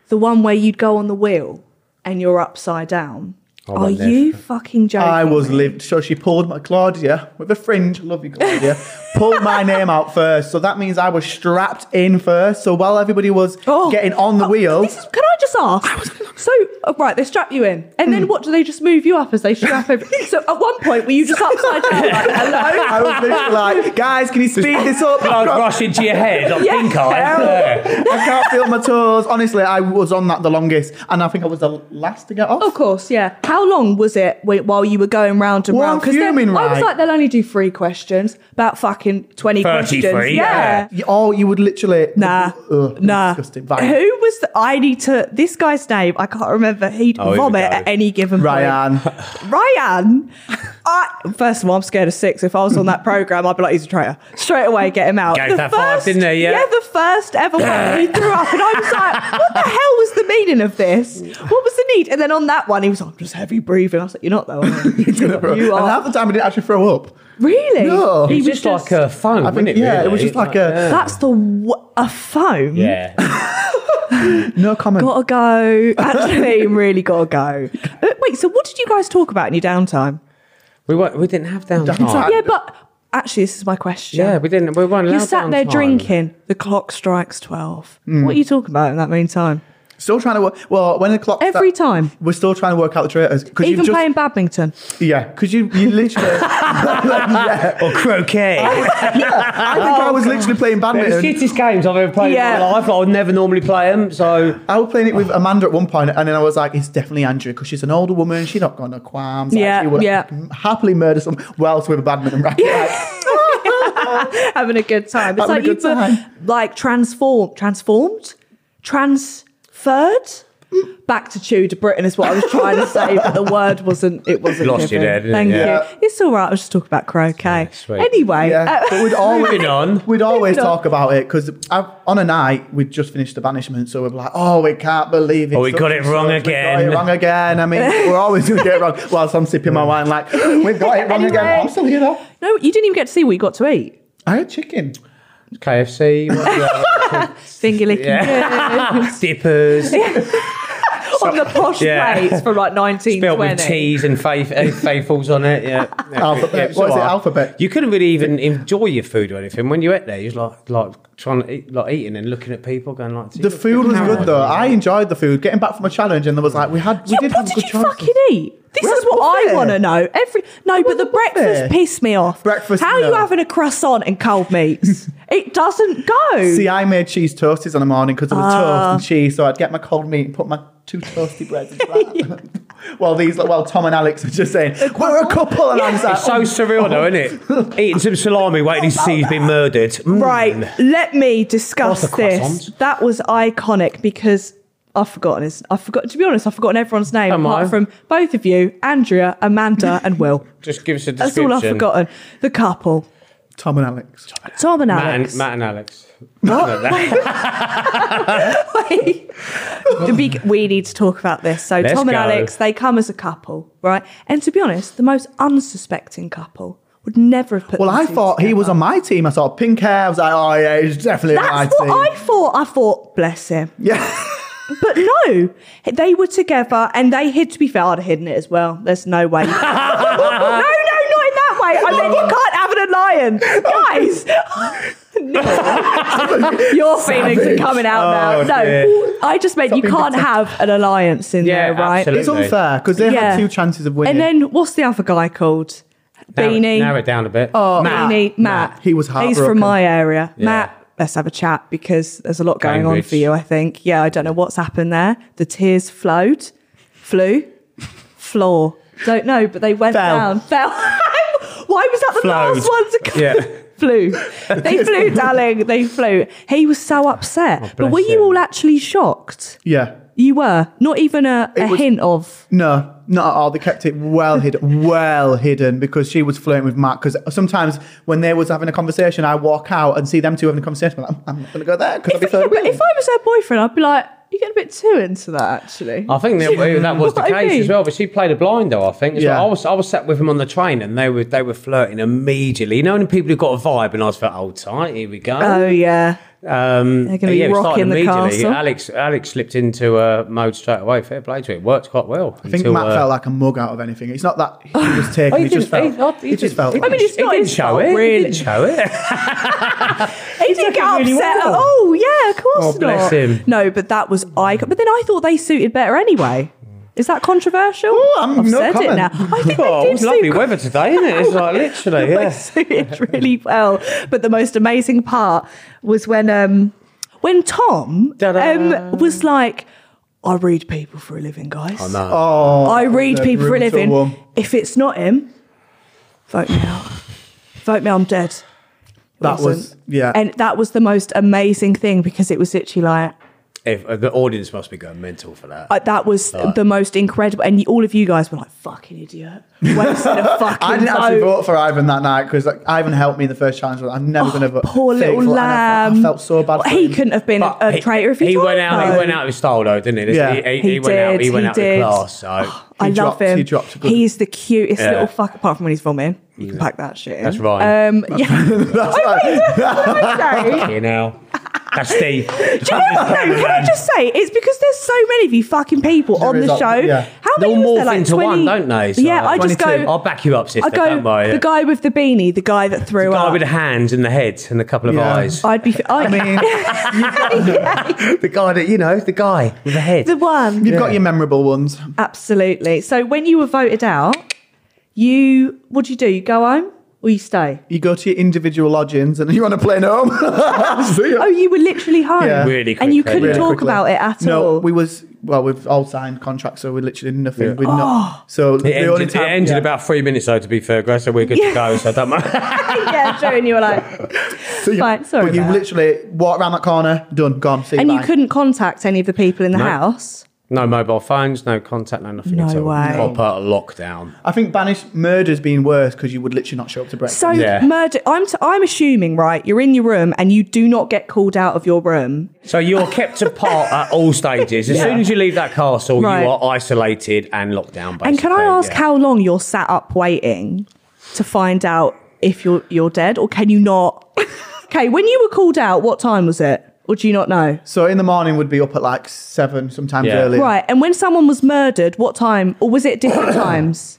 Speaker 1: The one where you'd go on the wheel and you're upside down. Are
Speaker 3: went there.
Speaker 1: you fucking joking?
Speaker 2: I was
Speaker 1: me?
Speaker 2: lived. So she pulled my Claudia with a fringe. Love you, Claudia. pulled my name out first, so that means I was strapped in first. So while everybody was
Speaker 1: Oh.
Speaker 2: getting on the
Speaker 1: Oh,
Speaker 2: wheel,
Speaker 1: This is, can I just ask? So, oh, right, they strap you in, and
Speaker 2: Hmm.
Speaker 1: then what do they just move you up as they strap over? so, at one point, were you just upside down? Like, hello?
Speaker 2: I was literally like, guys, can you speed this up?
Speaker 3: Blood rush into your head. I'm
Speaker 1: Yeah.
Speaker 3: pink eyed. Yeah.
Speaker 2: I can't feel my toes. Honestly, I was on that the longest, and I think I was the last to get off.
Speaker 1: Of course, yeah. How long was it wh- while you were going round and
Speaker 2: Well,
Speaker 1: round?
Speaker 2: I'm fuming,
Speaker 1: then- I was
Speaker 2: right?
Speaker 1: like, they'll only do three questions, about fucking twenty
Speaker 3: 33,
Speaker 1: questions.
Speaker 3: yeah.
Speaker 1: Yeah.
Speaker 2: You- Oh, you would literally.
Speaker 1: Nah,
Speaker 2: Ugh,
Speaker 1: nah.
Speaker 2: Disgusting.
Speaker 1: Who was the, I need to? This guy's name I can't remember. He'd
Speaker 3: Oh, here we
Speaker 1: vomit
Speaker 3: go.
Speaker 1: at any given
Speaker 2: Ryan.
Speaker 1: point. Ryan, I first of all, I'm scared of six. If I was on that program, I'd be like, he's a traitor. Straight away, get him out.
Speaker 3: Gave that five, didn't he? Yeah.
Speaker 1: the first ever one he threw up, and I was like, what the hell was the meaning of this? What was the need? And then on that one, he was like, I'm just heavy breathing. I was like, you're not though. are you?" you
Speaker 2: and
Speaker 1: are
Speaker 2: half the time I didn't actually throw up.
Speaker 1: really.
Speaker 2: No.
Speaker 1: He
Speaker 3: It's
Speaker 1: was
Speaker 3: just, like a phone,
Speaker 2: I
Speaker 3: wasn't it?
Speaker 2: think, yeah, it
Speaker 3: really?
Speaker 2: was just like a
Speaker 1: That's the w- a foam.
Speaker 3: yeah.
Speaker 2: no comment.
Speaker 1: Gotta go. Actually, really gotta go. Uh, Wait, so what did you guys talk about in your downtime?
Speaker 3: we were, we didn't have Oh. downtime.
Speaker 2: Downtime.
Speaker 1: Yeah, but actually, this is my question.
Speaker 3: Yeah, we didn't. We weren't.
Speaker 1: You
Speaker 3: allowed
Speaker 1: sat there
Speaker 3: downtime.
Speaker 1: drinking. The clock strikes twelve. What are you talking about in Mm. that meantime?
Speaker 2: Still trying to work. Well, when the clock
Speaker 1: Every
Speaker 2: sta-
Speaker 1: time.
Speaker 2: we're still trying to work out the traitors. 'Cause you've
Speaker 1: Even
Speaker 2: just,
Speaker 1: playing badminton.
Speaker 2: yeah, because you you literally. yeah.
Speaker 3: or croquet.
Speaker 2: I think I was literally playing
Speaker 3: It's the
Speaker 2: badminton.
Speaker 3: kittiest games I've ever played in
Speaker 1: Yeah.
Speaker 3: my life. I would never normally play them. So
Speaker 2: I was playing it
Speaker 1: Oh.
Speaker 2: with Amanda at one point, and then I was like, "It's definitely Andrew because she's an older woman. She's not got no qualms. like,
Speaker 1: Yeah,
Speaker 2: she would
Speaker 1: yeah.
Speaker 2: happily murder some Welsh with a badminton racket. Like,
Speaker 1: Having a good time. It's
Speaker 2: Having
Speaker 1: like
Speaker 2: a
Speaker 1: you've
Speaker 2: good time.
Speaker 1: like transformed, transformed, transferred back to Tudor Britain is what I was trying to say, but the word wasn't. It wasn't.
Speaker 3: Lost you
Speaker 1: given.
Speaker 3: there, didn't it?
Speaker 1: Thank
Speaker 3: Yeah.
Speaker 1: you. It's all right. I was just talking about croquet.
Speaker 3: sweet.
Speaker 1: anyway,
Speaker 2: yeah,
Speaker 1: uh,
Speaker 2: but we'd always
Speaker 3: moving on.
Speaker 2: We'd always
Speaker 1: Moving on.
Speaker 2: talk about it because on a night we'd just finished the banishment, so we're like, "Oh, we can't believe it!
Speaker 3: Oh, we got it wrong
Speaker 2: We got
Speaker 3: again."
Speaker 2: it wrong again. I mean, we're always gonna get it wrong. Whilst I'm sipping my wine, like we got it wrong
Speaker 1: Anyway.
Speaker 2: again. I'm still here though.
Speaker 1: no, you didn't even get to see what you got to eat.
Speaker 2: I had chicken.
Speaker 3: KFC, what's the other-
Speaker 1: Finger licking
Speaker 3: Yeah. dippers,
Speaker 1: good on the posh
Speaker 3: Yeah.
Speaker 1: plates from like
Speaker 3: built with
Speaker 1: 1920.
Speaker 3: teas and faith, uh, faithfuls on it. Yeah, Yeah,
Speaker 2: Alphabet.
Speaker 3: it's
Speaker 2: What is it,
Speaker 3: alright.
Speaker 2: alphabet?
Speaker 3: You couldn't really even enjoy your food or anything when you ate there. You was like like trying to eat, like eating and looking at people, going like.
Speaker 2: The food was good though. I enjoyed the food. Getting back from a challenge, and there was like we had we
Speaker 1: Yeah,
Speaker 2: did
Speaker 1: what
Speaker 2: have
Speaker 1: did
Speaker 2: good
Speaker 1: you
Speaker 2: choices.
Speaker 1: fucking eat? This
Speaker 2: We're
Speaker 1: is
Speaker 2: at a
Speaker 1: what I
Speaker 2: buffet.
Speaker 1: want to know. Every no, but the
Speaker 2: at a buffet.
Speaker 1: breakfast pissed me off.
Speaker 2: Breakfast,
Speaker 1: How are you
Speaker 2: no.
Speaker 1: having a croissant and cold meats? it doesn't go.
Speaker 2: See, I made cheese toasties on the morning because there was toast
Speaker 1: Oh.
Speaker 2: and cheese, so I'd get my cold meat and put my two toasty breads. into that. Well, these, well, Tom and Alex were just saying we're a couple, and I was like,
Speaker 3: It's so surreal though, isn't it? Eating some salami, waiting to see he's been murdered. Mm.
Speaker 1: Right, let me discuss
Speaker 3: Lots of
Speaker 1: this.
Speaker 3: croissants.
Speaker 1: That was iconic because I've forgotten his. I forgot to be honest. I've forgotten everyone's name
Speaker 3: Am
Speaker 1: apart
Speaker 3: I?
Speaker 1: from both of you, Andrea, Amanda, and Will.
Speaker 3: Just give us a
Speaker 1: That's
Speaker 3: description.
Speaker 1: all I've forgotten. The couple,
Speaker 2: "Oh, Tom and Alex.
Speaker 1: Tom and
Speaker 3: Matt
Speaker 1: Alex.
Speaker 3: and, Matt and Alex.
Speaker 1: The big- we need to talk about this. So
Speaker 3: Let's
Speaker 1: Tom and
Speaker 3: go.
Speaker 1: Alex, they come as a couple, right? And to be honest, the most unsuspecting couple would never have put.
Speaker 2: Well,
Speaker 1: the
Speaker 2: I
Speaker 1: two
Speaker 2: thought he
Speaker 1: together.
Speaker 2: was on my team. I saw pink hair. I was like, oh yeah, he's definitely on my
Speaker 1: That's
Speaker 2: team.
Speaker 1: what I thought. I thought, bless him.
Speaker 2: yeah.
Speaker 1: But no, they were together and they hid, to be fair, I'd have hidden it as well. There's no way. no, no, not in that way. I mean, you can't have an alliance. Guys, No. your feelings are
Speaker 2: Savage.
Speaker 1: coming out
Speaker 3: Oh,
Speaker 1: now. No,
Speaker 3: dear.
Speaker 1: I just meant you
Speaker 2: Something
Speaker 1: can't have an alliance in
Speaker 3: Yeah,
Speaker 1: there, right?
Speaker 3: absolutely.
Speaker 2: it's unfair because they
Speaker 1: Yeah.
Speaker 2: had two chances of
Speaker 1: And
Speaker 2: winning.
Speaker 1: then what's the other guy called?
Speaker 3: Narrow, it-
Speaker 1: Beanie.
Speaker 3: narrow it down a bit. Oh,
Speaker 1: Beanie, Matt.
Speaker 2: He was
Speaker 1: He's from
Speaker 2: heartbroken.
Speaker 1: my area. Matt, let's have a chat because there's a lot going on
Speaker 3: Cambridge.
Speaker 1: for you, I think. Yeah, I don't know what's happened there. The tears flowed, flew, floor. Don't know, but they went
Speaker 2: Fell.
Speaker 1: down. Fell. Why was that the
Speaker 3: Flowed.
Speaker 1: last one to come?
Speaker 3: Yeah.
Speaker 1: flew. They flew, darling. They flew. He was so upset. but
Speaker 3: bless
Speaker 1: were you
Speaker 3: him.
Speaker 1: all actually shocked?
Speaker 2: yeah.
Speaker 1: You were. Not even a, a
Speaker 2: It was-
Speaker 1: hint of.
Speaker 2: No, not at all. They kept it well hidden, well hidden, because she was flirting with Matt. Because sometimes when they was having a conversation, I walk out and see them two having a conversation. I'm, like, I'm not going to go there because I'll be
Speaker 1: If, yeah, but
Speaker 2: flirting with
Speaker 1: if
Speaker 2: him.
Speaker 1: I was her boyfriend, I'd be like, you get a bit too into that, actually.
Speaker 3: I think that, that was the
Speaker 1: What I
Speaker 3: case
Speaker 1: mean.
Speaker 3: as well. But she played a blind though. I think. as
Speaker 2: Yeah.
Speaker 3: well. I was I was sat with him on the train and they were they were flirting immediately. You know, when people who got a vibe and I was like, oh tight, here we go.
Speaker 1: Oh yeah,
Speaker 3: um,
Speaker 1: they're gonna be
Speaker 3: it started
Speaker 1: rocking the
Speaker 3: immediately.
Speaker 1: castle.
Speaker 3: Alex Alex slipped into uh, mode straight away. Fair play to it. Worked quite well. uh, Oh,
Speaker 2: I think Matt felt like a mug out of anything. It's not that he
Speaker 1: Oh,
Speaker 2: was taken; he, just felt. He, just felt.
Speaker 1: I mean, it's
Speaker 3: he
Speaker 1: not
Speaker 3: didn't
Speaker 1: his
Speaker 3: show
Speaker 1: fault,
Speaker 3: it. He
Speaker 1: really.
Speaker 3: didn't show it.
Speaker 1: he didn't get upset
Speaker 3: looking really
Speaker 1: at
Speaker 3: well.
Speaker 1: all. Yeah, of course
Speaker 3: Oh,
Speaker 1: not.
Speaker 3: bless him.
Speaker 1: No, but that was icon. But then I thought they suited better anyway. Is that controversial?
Speaker 2: Oh, I'm-
Speaker 1: I've
Speaker 2: no
Speaker 1: said it
Speaker 2: comment.
Speaker 1: now. I think
Speaker 3: Oh,
Speaker 1: they
Speaker 3: it
Speaker 1: did
Speaker 3: was lovely
Speaker 1: suit
Speaker 3: weather today, isn't it? It's like literally,
Speaker 1: they
Speaker 3: yeah.
Speaker 1: suited really well. But the most amazing part was when um when Tom
Speaker 3: Ta-da.
Speaker 1: um was like, "I read people for a living, guys. I know.
Speaker 3: Oh,
Speaker 1: I read
Speaker 2: the
Speaker 1: people for a
Speaker 2: brutal
Speaker 1: living.
Speaker 2: one.
Speaker 1: If it's not him, vote me out. vote me. I'm dead." It
Speaker 2: That was-
Speaker 1: wasn't.
Speaker 2: yeah.
Speaker 1: and that was the most amazing thing because it was literally like.
Speaker 3: If, uh, the audience must be going mental for that.
Speaker 1: Uh, that was the most incredible, and all of you guys were like, "Fucking idiot, wasted a fucking
Speaker 2: I didn't actually
Speaker 1: vote."
Speaker 2: vote for Ivan that night because like, Ivan helped me in the first challenge. I'm never going to vote.
Speaker 1: Oh, Poor
Speaker 2: think
Speaker 1: little
Speaker 2: for- and I felt-
Speaker 1: lamb.
Speaker 2: I felt so bad. for
Speaker 1: He
Speaker 2: him.
Speaker 1: couldn't have been
Speaker 3: But
Speaker 1: a
Speaker 3: he-
Speaker 1: traitor if he,
Speaker 3: he
Speaker 1: thought,
Speaker 3: went out.
Speaker 1: though.
Speaker 3: He went out of style though, didn't he? This-
Speaker 2: Yeah.
Speaker 3: he, he,
Speaker 1: He
Speaker 3: he went out. He
Speaker 1: did,
Speaker 3: went
Speaker 1: he
Speaker 3: out
Speaker 1: did. Oh,
Speaker 3: of class. So
Speaker 1: I love
Speaker 2: dropped-
Speaker 1: him.
Speaker 2: he dropped a good-
Speaker 1: He's the cutest
Speaker 3: Yeah.
Speaker 1: little fuck, apart from when he's vomiting. You can pack that shit in.
Speaker 3: That's right.
Speaker 1: Um, yeah. Sorry.
Speaker 3: you know, that's Steve.
Speaker 1: Do you know what, though? Can I just say it's because there's so many of you fucking people on
Speaker 2: is
Speaker 1: the
Speaker 2: a-
Speaker 1: show.
Speaker 2: yeah.
Speaker 1: How
Speaker 3: They'll
Speaker 1: many was there?
Speaker 3: morph
Speaker 1: Like
Speaker 3: into
Speaker 1: 20?
Speaker 3: one, don't they? So,
Speaker 1: yeah, I just
Speaker 2: 22.
Speaker 1: go.
Speaker 3: I'll back you up, sister.
Speaker 1: I
Speaker 3: don't worry.
Speaker 1: go. The guy with the beanie, the guy that threw
Speaker 3: The guy
Speaker 1: up.
Speaker 3: with the hands and the head and a couple of
Speaker 2: Yeah.
Speaker 3: eyes.
Speaker 1: I'd be. I,
Speaker 2: I mean,
Speaker 3: the guy that you know, the guy with the head.
Speaker 1: Oh. the one.
Speaker 2: you've got your memorable ones.
Speaker 1: Absolutely. So when you were voted out, you what do you do? You go home or you stay?
Speaker 2: You go to your individual lodgings and you're on a plane home. See ya.
Speaker 1: Oh, you were literally home.
Speaker 2: Yeah.
Speaker 3: Really
Speaker 1: And you
Speaker 3: quickly.
Speaker 1: couldn't
Speaker 3: Really
Speaker 1: talk
Speaker 2: quickly.
Speaker 1: about it at
Speaker 2: no,
Speaker 1: all.
Speaker 2: we was well, we've all signed contracts, so we literally did nothing. We'd
Speaker 1: Oh.
Speaker 2: not. So
Speaker 3: It
Speaker 2: the only
Speaker 3: ended,
Speaker 2: time
Speaker 3: it ended
Speaker 2: yeah.
Speaker 3: about three minutes though, to be fair, Grace, so we're good
Speaker 1: Yeah.
Speaker 3: to go, so don't mind.
Speaker 1: yeah, true. And you were like,
Speaker 2: So you,
Speaker 1: Fine, sorry
Speaker 2: But you
Speaker 1: about that.
Speaker 2: literally walk around that corner, done, gone. See
Speaker 1: and
Speaker 2: bye.
Speaker 1: you couldn't contact any of the people in the
Speaker 3: No.
Speaker 1: house.
Speaker 3: No mobile phones, no contact, no nothing
Speaker 1: No
Speaker 3: at all.
Speaker 1: way.
Speaker 3: Proper lockdown.
Speaker 2: I think banished murder's been worse because you would literally not show up to breakfast.
Speaker 1: So
Speaker 3: Yeah.
Speaker 1: murder. I'm t- I'm assuming right. You're in your room and you do not get called out of your room.
Speaker 3: So you're kept apart at all stages. As soon as you leave that castle,
Speaker 1: Right.
Speaker 3: you are isolated and locked down. Basically.
Speaker 1: and can I ask
Speaker 3: yeah.
Speaker 1: how long you're sat up waiting to find out if you're you're dead or can you not? okay, when you were called out, what time was it? Or do you not know?
Speaker 2: So in the morning would be up at like seven, sometimes
Speaker 3: Yeah.
Speaker 2: earlier.
Speaker 1: Right, and when someone was murdered, what time? Or was it different times?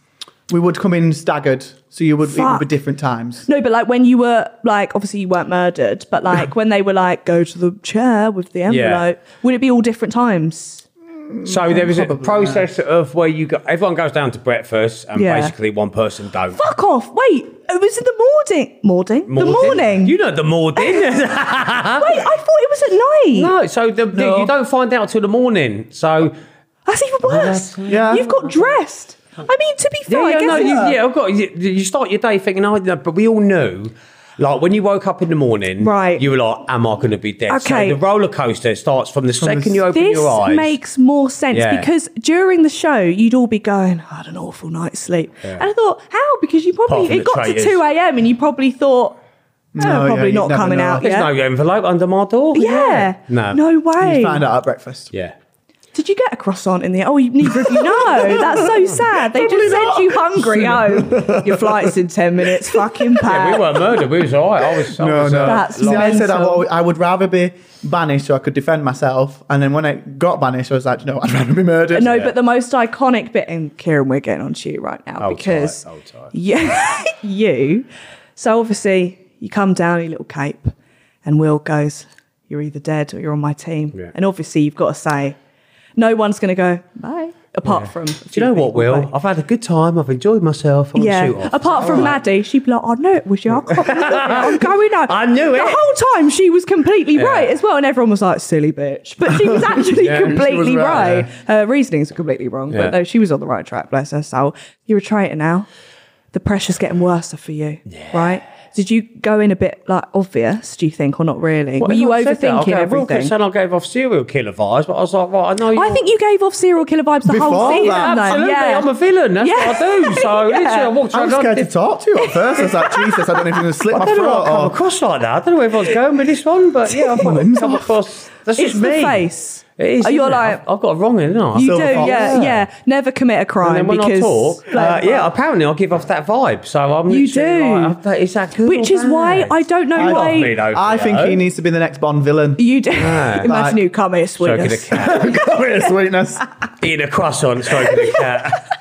Speaker 2: We would come in staggered, so you would it would
Speaker 1: Fuck.
Speaker 2: be different times.
Speaker 1: No, but like when you were like, obviously you weren't murdered, but like when they were like, go to the chair with the envelope, would it be all different times?
Speaker 3: So there was a process of where you got everyone goes down to breakfast, and
Speaker 1: Yeah.
Speaker 3: basically one person don't.
Speaker 1: Fuck off! Wait, it was in the morning. Morning. The
Speaker 3: Morden.
Speaker 1: morning.
Speaker 3: You know the morning.
Speaker 1: Wait, I thought it was at night.
Speaker 3: no, so the, the- you don't find out till the morning. So
Speaker 1: That's even worse.
Speaker 2: Yeah.
Speaker 1: You've got dressed. I mean, to be fair,
Speaker 3: yeah,
Speaker 1: I
Speaker 3: yeah,
Speaker 1: guess
Speaker 3: no,
Speaker 1: it's-
Speaker 3: you, yeah, I've got. You, you start your day thinking, oh, no, but we all knew. Like when you woke up in the morning,
Speaker 1: Right.
Speaker 3: You were like, "Am I going to be dead?"
Speaker 1: Okay.
Speaker 3: So the roller coaster starts from the second you open
Speaker 1: this
Speaker 3: your eyes.
Speaker 1: makes more sense
Speaker 3: Yeah.
Speaker 1: because during the show you'd all be going, I had an awful night's sleep, and I thought, how? Because you probably
Speaker 3: from
Speaker 1: it
Speaker 3: the
Speaker 1: got
Speaker 3: traitors.
Speaker 1: to two a.m. and you probably thought, "Oh,
Speaker 2: No, yeah,
Speaker 1: probably
Speaker 2: you'd
Speaker 1: not
Speaker 2: never
Speaker 1: coming
Speaker 2: know.
Speaker 1: out
Speaker 3: There's
Speaker 1: yet.
Speaker 3: no envelope under my door.
Speaker 1: yeah.
Speaker 3: No.
Speaker 1: no
Speaker 2: You
Speaker 1: way.
Speaker 2: find out at breakfast.
Speaker 3: Yeah.
Speaker 1: Did you get a croissant in the? Oh, you- neither of you know. That's so sad. They just sent you hungry home. Your flight's in ten minutes. Fucking packed.
Speaker 3: we weren't murdered. We was all right. I was. I
Speaker 2: No,
Speaker 3: was,
Speaker 2: no.
Speaker 3: uh,
Speaker 1: Uh, That's
Speaker 2: See, I said I,
Speaker 1: mental.
Speaker 2: wa- I would rather be banished so I could defend myself, and then when I got banished, I was like, no, I'd rather be murdered.
Speaker 1: No, but the most iconic bit, and Kieran, we're getting on to you right now
Speaker 3: Hold
Speaker 1: because
Speaker 3: tight, hold tight.
Speaker 1: yeah, you. So obviously, you come down in your little cape, and Will goes, "You're either dead or you're on my team."
Speaker 3: Yeah.
Speaker 1: And obviously, you've got to say, "No one's going to go bye," apart from.
Speaker 3: Do you know what, Will? I've had a good time. I've enjoyed myself. I'm
Speaker 1: Yeah.
Speaker 3: gonna shoot off. Oh.
Speaker 1: Apart from Maddie, she'd be like, I knew it was you. I can't believe it. I'm going on.
Speaker 3: I knew
Speaker 1: The
Speaker 3: it.
Speaker 1: whole time she was completely right as well. And everyone was like, silly bitch. But she was actually
Speaker 3: Yeah, she was
Speaker 1: completely
Speaker 2: right,
Speaker 1: right. Her reasonings were completely wrong.
Speaker 3: Yeah.
Speaker 1: But no, she was on the right track, bless her soul. You're a traitor now. The pressure's getting worse for you. Right? Did you go in a bit like obvious, do you think, or not really? Were you
Speaker 3: Everyone said that.
Speaker 1: overthinking
Speaker 3: I gave,
Speaker 1: everything?
Speaker 3: Wilkinson, I gave off serial killer vibes, but I was like, right, I know you.
Speaker 1: I think you gave off serial killer vibes the whole
Speaker 2: Before
Speaker 1: season.
Speaker 2: that.
Speaker 1: though.
Speaker 3: Absolutely,
Speaker 1: Yeah.
Speaker 3: I'm a villain. That's
Speaker 1: Yeah.
Speaker 3: what I do. So
Speaker 1: Yeah.
Speaker 3: literally, I walked
Speaker 2: I
Speaker 3: around.
Speaker 2: was
Speaker 3: like
Speaker 2: scared to
Speaker 3: this-
Speaker 2: talk to you at first. I was like, Jesus, I oh. don't know if you're going to slit my
Speaker 3: I don't know
Speaker 2: throat.
Speaker 3: what I come
Speaker 2: Or,
Speaker 3: across like that. I don't know where everyone's going with this one, but yeah, I've come across. That's
Speaker 1: It's
Speaker 3: just
Speaker 1: the
Speaker 3: me.
Speaker 1: face.
Speaker 3: It is.
Speaker 1: Are you
Speaker 3: isn't it?
Speaker 1: like-
Speaker 3: I've- I've got it wrong, didn't I?
Speaker 1: You do,
Speaker 2: Silver fox.
Speaker 1: yeah,
Speaker 3: Yeah.
Speaker 1: yeah. Never commit a crime
Speaker 3: and then when
Speaker 1: because
Speaker 3: I talk, uh,
Speaker 1: Like,
Speaker 3: yeah, apparently I give off that vibe. So I'm
Speaker 1: You
Speaker 3: literally
Speaker 1: do.
Speaker 3: like, that- is that good?
Speaker 1: which
Speaker 3: or
Speaker 1: is why
Speaker 3: bad?
Speaker 1: I don't know
Speaker 2: I-
Speaker 1: why
Speaker 3: me, though.
Speaker 2: I think he needs to be the next Bond villain.
Speaker 1: you do.
Speaker 2: Like-
Speaker 1: Imagine you come here,
Speaker 3: Stroking a
Speaker 1: sweetness.
Speaker 3: cat.
Speaker 2: Sweetness, sweetness.
Speaker 3: Eating a croissant, stroking a cat.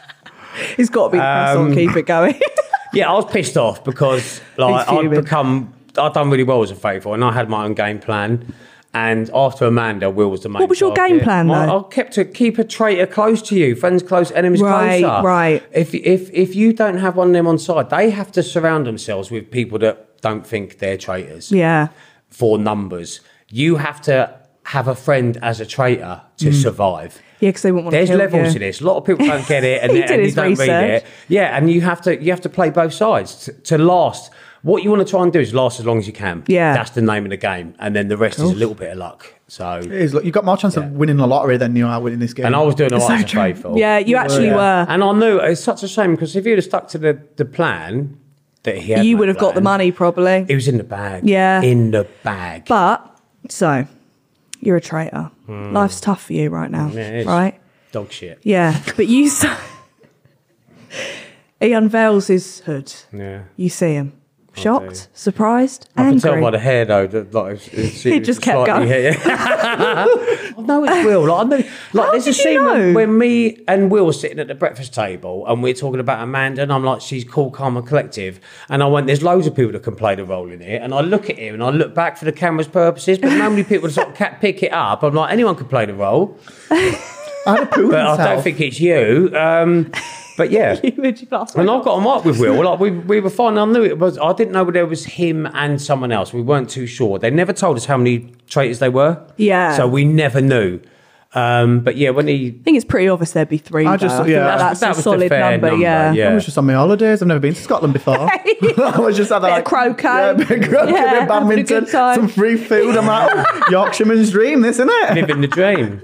Speaker 1: It's got to be um, keep it going.
Speaker 3: Yeah, I was pissed off because like
Speaker 1: He's
Speaker 3: I'd
Speaker 1: fuming.
Speaker 3: become, I'd done really well as a faithful, and I had my own game plan. And after Amanda, Will was the main.
Speaker 1: What was your game plan,
Speaker 3: My-
Speaker 1: though?
Speaker 3: I kept to keep a traitor close to you, friends close, enemies
Speaker 1: Right,
Speaker 3: closer.
Speaker 1: right.
Speaker 3: If if if you don't have one of them on side, they have to surround themselves with people that don't think they're traitors.
Speaker 1: yeah,
Speaker 3: for numbers. You have to have a friend as a traitor to survive.
Speaker 1: Mm. Oh, yeah, because they wouldn't want
Speaker 3: There's
Speaker 1: to kill
Speaker 3: levels
Speaker 1: you.
Speaker 3: to this. A lot of people don't get it, and,
Speaker 1: He
Speaker 3: and
Speaker 1: did
Speaker 3: you
Speaker 1: his
Speaker 3: don't read
Speaker 1: research.
Speaker 3: it. Yeah, and you have to you have to play both sides to, to last. What you want to try and do is last as long as you can.
Speaker 1: Yeah.
Speaker 3: that's the name of the game, and then the rest is a little bit of luck. So,
Speaker 2: It is, look, you've got more chance
Speaker 3: Yeah.
Speaker 2: of winning the lottery than you are winning this game.
Speaker 3: and I was doing all
Speaker 1: So
Speaker 3: right
Speaker 1: true.
Speaker 3: so faithful.
Speaker 1: Yeah, you actually
Speaker 2: Yeah.
Speaker 1: were.
Speaker 3: And I knew it's such a shame because if you'd have stuck to the, the plan that he had,
Speaker 1: you
Speaker 3: no
Speaker 1: would have got the
Speaker 3: plan,
Speaker 1: money probably.
Speaker 3: It was in the bag.
Speaker 1: Yeah.
Speaker 3: in the bag.
Speaker 1: But so you're a traitor. Life's tough for you right now,
Speaker 3: Hmm. Yeah, it is.
Speaker 1: right?
Speaker 3: Dog shit.
Speaker 1: Yeah, but you. s he unveils his hood.
Speaker 3: Yeah.
Speaker 1: You see him,
Speaker 3: dear.
Speaker 1: shocked, surprised,
Speaker 3: I can tell
Speaker 1: angry.
Speaker 3: by the hair though that like it's, it's,
Speaker 1: It
Speaker 3: it's
Speaker 1: just kept
Speaker 3: slightly
Speaker 1: going.
Speaker 3: hair- I know it's Will. Like, I know, like
Speaker 1: did
Speaker 3: there's a
Speaker 1: you
Speaker 3: scene when,
Speaker 1: know?
Speaker 3: when me and Will were sitting at the breakfast table and we're talking about Amanda and I'm like, she's cool, calm, and collective. And I went, there's loads of people that can play the role in here. And I look at him and I look back for the camera's purposes, but normally people sort of can't pick it up. I'm like, anyone could play the role,
Speaker 2: I had a poo
Speaker 3: but I
Speaker 2: myself.
Speaker 3: don't think it's you. Um, but yeah.
Speaker 1: You would- you laugh.
Speaker 3: And I got him up with Will. Like we, we were fine. I knew it was. I didn't know whether it was him and someone else. We weren't too sure. They never told us how many traitors they were.
Speaker 1: Yeah.
Speaker 3: So we never knew. Um, but yeah, when he
Speaker 1: I think it's pretty obvious there'd be three.
Speaker 2: I
Speaker 1: though.
Speaker 2: just-
Speaker 1: I think
Speaker 2: yeah.
Speaker 1: that- that's,
Speaker 3: That
Speaker 1: a
Speaker 3: was the
Speaker 1: solid
Speaker 3: fair
Speaker 1: number,
Speaker 3: number,
Speaker 1: Yeah.
Speaker 3: yeah.
Speaker 2: I was just on my holidays. I've never been to Scotland before. I was just at
Speaker 1: Bit of
Speaker 2: that like,
Speaker 1: croquet.
Speaker 2: Yeah, a bit of croquet,
Speaker 1: Yeah,
Speaker 2: a bit of
Speaker 1: having a
Speaker 2: badminton,
Speaker 1: good time.
Speaker 2: some free food. I'm like, oh, Yorkshireman's dream, this, isn't it?
Speaker 3: living the dream.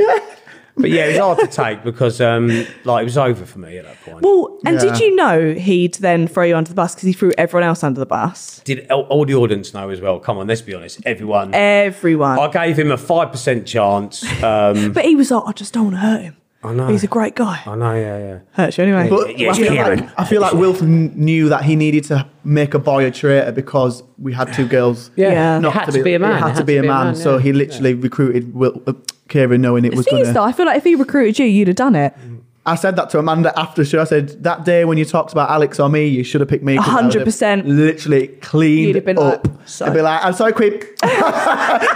Speaker 3: But yeah, it was hard to take because um, like it was over for me at that point.
Speaker 1: Well, and did
Speaker 2: Yeah.
Speaker 1: you know he'd then throw you under the bus because he threw everyone else under the bus?
Speaker 3: Did all, all the audience know as well? Come on, let's be honest. Everyone.
Speaker 1: Eh. Everyone.
Speaker 3: I gave him a five percent chance. Um,
Speaker 1: but he was like, I just don't want to hurt him.
Speaker 3: I know.
Speaker 1: He's a great guy.
Speaker 3: I know. Yeah, yeah.
Speaker 1: Hurts you anyway.
Speaker 2: But
Speaker 3: Yeah,
Speaker 2: I, feel
Speaker 3: Kieran.
Speaker 2: like, I feel like Wilf kn- knew that he needed to make a boy a traitor because we had two girls.
Speaker 3: Yeah.
Speaker 1: Yeah.
Speaker 3: It had to be a man.
Speaker 2: It had, to be a man. so
Speaker 3: yeah.
Speaker 2: he literally recruited Will, uh, Kieran knowing it
Speaker 1: the
Speaker 2: was
Speaker 1: thing
Speaker 2: going
Speaker 1: is, though,
Speaker 2: to.
Speaker 1: I feel like if he recruited you, you'd have done it.
Speaker 2: I said that to Amanda after the show. I said, that day when you talked about Alex or me, you should have picked me. 'cause I would have
Speaker 1: 100%.
Speaker 2: Literally cleaned
Speaker 1: You'd have been
Speaker 2: up.
Speaker 1: like, so-
Speaker 2: I'd be like, I'm sorry, Quip.